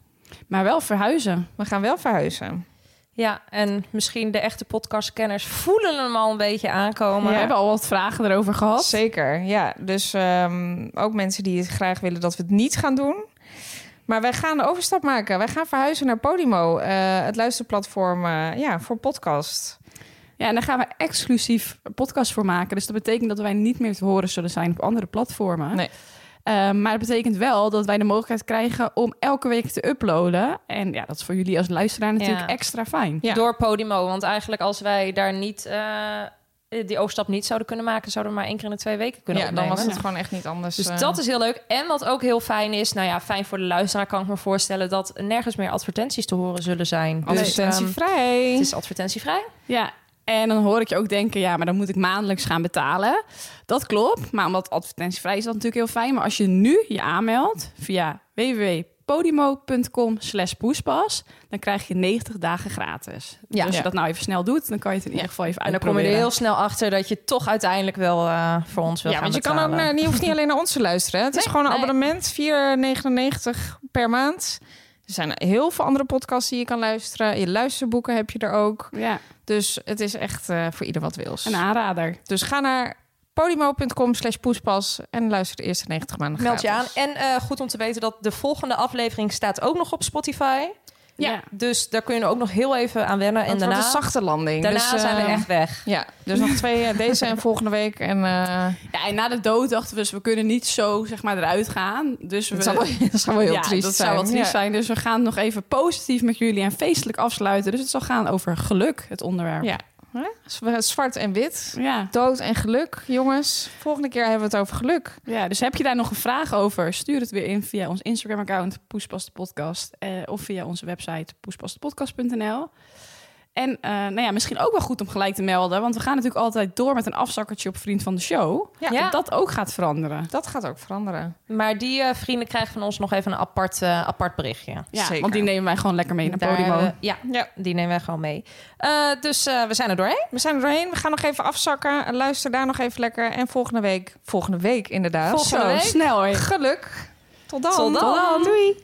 [SPEAKER 6] Maar wel verhuizen.
[SPEAKER 5] We gaan wel verhuizen.
[SPEAKER 4] Ja, en misschien de echte podcastkenners voelen hem al een beetje aankomen.
[SPEAKER 6] We hebben al wat vragen erover gehad.
[SPEAKER 5] Zeker, ja. Dus ehm, ook mensen die het graag willen dat we het niet gaan doen. Maar wij gaan de overstap maken. Wij gaan verhuizen naar Podimo, eh, het luisterplatform eh, ja, voor podcast.
[SPEAKER 6] Ja, en daar gaan we exclusief een podcast voor maken. Dus dat betekent dat wij niet meer te horen zullen zijn op andere platformen.
[SPEAKER 5] Nee.
[SPEAKER 6] Eh, maar dat betekent wel dat wij de mogelijkheid krijgen om elke week te uploaden. En ja, dat is voor jullie als luisteraar natuurlijk
[SPEAKER 4] Ja.
[SPEAKER 6] extra fijn.
[SPEAKER 5] Ja.
[SPEAKER 4] Door Podimo. Want eigenlijk als wij daar niet... eh, die overstap niet zouden kunnen maken... zouden we maar één keer in de twee weken kunnen
[SPEAKER 5] ja, dan
[SPEAKER 4] opnemen.
[SPEAKER 5] was het gewoon echt niet anders.
[SPEAKER 4] Dus
[SPEAKER 5] eh.
[SPEAKER 4] dat is heel leuk. En wat ook heel fijn is... Nou ja, fijn voor de luisteraar kan ik me voorstellen... dat nergens meer advertenties te horen zullen zijn. Dus, ehm,
[SPEAKER 5] advertentievrij.
[SPEAKER 4] het is advertentievrij.
[SPEAKER 6] Ja, en dan hoor ik je ook denken, ja, maar dan moet ik maandelijks gaan betalen. Dat klopt, maar omdat advertentievrij is dat natuurlijk heel fijn. Maar als je nu je aanmeldt via www.podimo.com slash poespas, dan krijg je 90 dagen gratis.
[SPEAKER 4] Ja.
[SPEAKER 6] dus als je
[SPEAKER 4] Ja.
[SPEAKER 6] dat nou even snel doet, dan kan je het in ieder geval even
[SPEAKER 4] En dan kom je
[SPEAKER 6] uitproberen.
[SPEAKER 4] er heel snel achter... dat je toch uiteindelijk wel eh, voor ons wil
[SPEAKER 5] ja,
[SPEAKER 4] gaan
[SPEAKER 5] want je kan ook
[SPEAKER 4] betalen.
[SPEAKER 5] naar, je hoeft niet alleen naar ons te luisteren. hè. Het is
[SPEAKER 4] Nee,
[SPEAKER 5] gewoon een
[SPEAKER 4] nee.
[SPEAKER 5] abonnement, 4,99 per maand. Er zijn heel veel andere podcasts die je kan luisteren. Je luisterboeken heb je er ook.
[SPEAKER 6] Ja,
[SPEAKER 5] Dus het is echt eh, voor ieder wat wils.
[SPEAKER 6] een aanrader.
[SPEAKER 5] Dus ga naar podimo.com slash poespas en luister de eerste 90 maanden
[SPEAKER 4] Meld je aan.
[SPEAKER 5] gratis.
[SPEAKER 4] En eh, goed om te weten dat de volgende aflevering staat ook nog op Spotify.
[SPEAKER 6] Ja.
[SPEAKER 4] Dus daar kun je ook nog heel even aan wennen. En
[SPEAKER 5] Want het
[SPEAKER 4] daarna,
[SPEAKER 5] wordt een zachte landing.
[SPEAKER 4] daarna
[SPEAKER 5] dus,
[SPEAKER 4] zijn we
[SPEAKER 5] eh,
[SPEAKER 4] echt weg.
[SPEAKER 5] Ja, dus nog twee, eh, deze en volgende week. En eh
[SPEAKER 6] Ja, en na de dood dachten we, dus we kunnen niet zo zeg maar eruit gaan. Dus we,
[SPEAKER 5] dat, zou, wel- dat zou wel heel
[SPEAKER 6] ja,
[SPEAKER 5] triest
[SPEAKER 6] dat
[SPEAKER 5] zijn.
[SPEAKER 6] zou wel triest
[SPEAKER 5] Ja.
[SPEAKER 6] zijn. Dus we gaan nog even positief met jullie en feestelijk afsluiten. Dus het zal gaan over geluk, het onderwerp.
[SPEAKER 5] Ja. Hè? Z- we- Zwart en wit.
[SPEAKER 6] Ja.
[SPEAKER 5] Dood en geluk, jongens. Volgende keer hebben we het over geluk.
[SPEAKER 6] ja, dus heb je daar nog een vraag over? Stuur het weer in via ons Instagram-account Poespas de Podcast eh, of via onze website poespasdepodcast.nl. En eh, nou ja, misschien ook wel goed om gelijk te melden, want we gaan natuurlijk altijd door met een afzakkertje op vriend van de show.
[SPEAKER 5] Ja.
[SPEAKER 6] Dat dat ook gaat veranderen.
[SPEAKER 5] Dat gaat ook veranderen.
[SPEAKER 4] Maar die eh, vrienden krijgen van ons nog even een apart, eh, apart berichtje.
[SPEAKER 6] Ja,
[SPEAKER 5] Zeker.
[SPEAKER 6] want die nemen wij gewoon lekker mee naar
[SPEAKER 4] Daar,
[SPEAKER 6] Podimo.
[SPEAKER 4] eh, ja,
[SPEAKER 5] Ja.
[SPEAKER 4] die nemen wij gewoon mee. Eh, dus eh, we zijn er doorheen.
[SPEAKER 5] We zijn er doorheen. We gaan nog even afzakken. Luister daar nog even lekker. En volgende week, volgende week inderdaad.
[SPEAKER 4] Volgende
[SPEAKER 5] Zo,
[SPEAKER 4] week.
[SPEAKER 6] Snel hoor.
[SPEAKER 5] Geluk. Tot dan.
[SPEAKER 4] Tot dan.
[SPEAKER 5] Doei.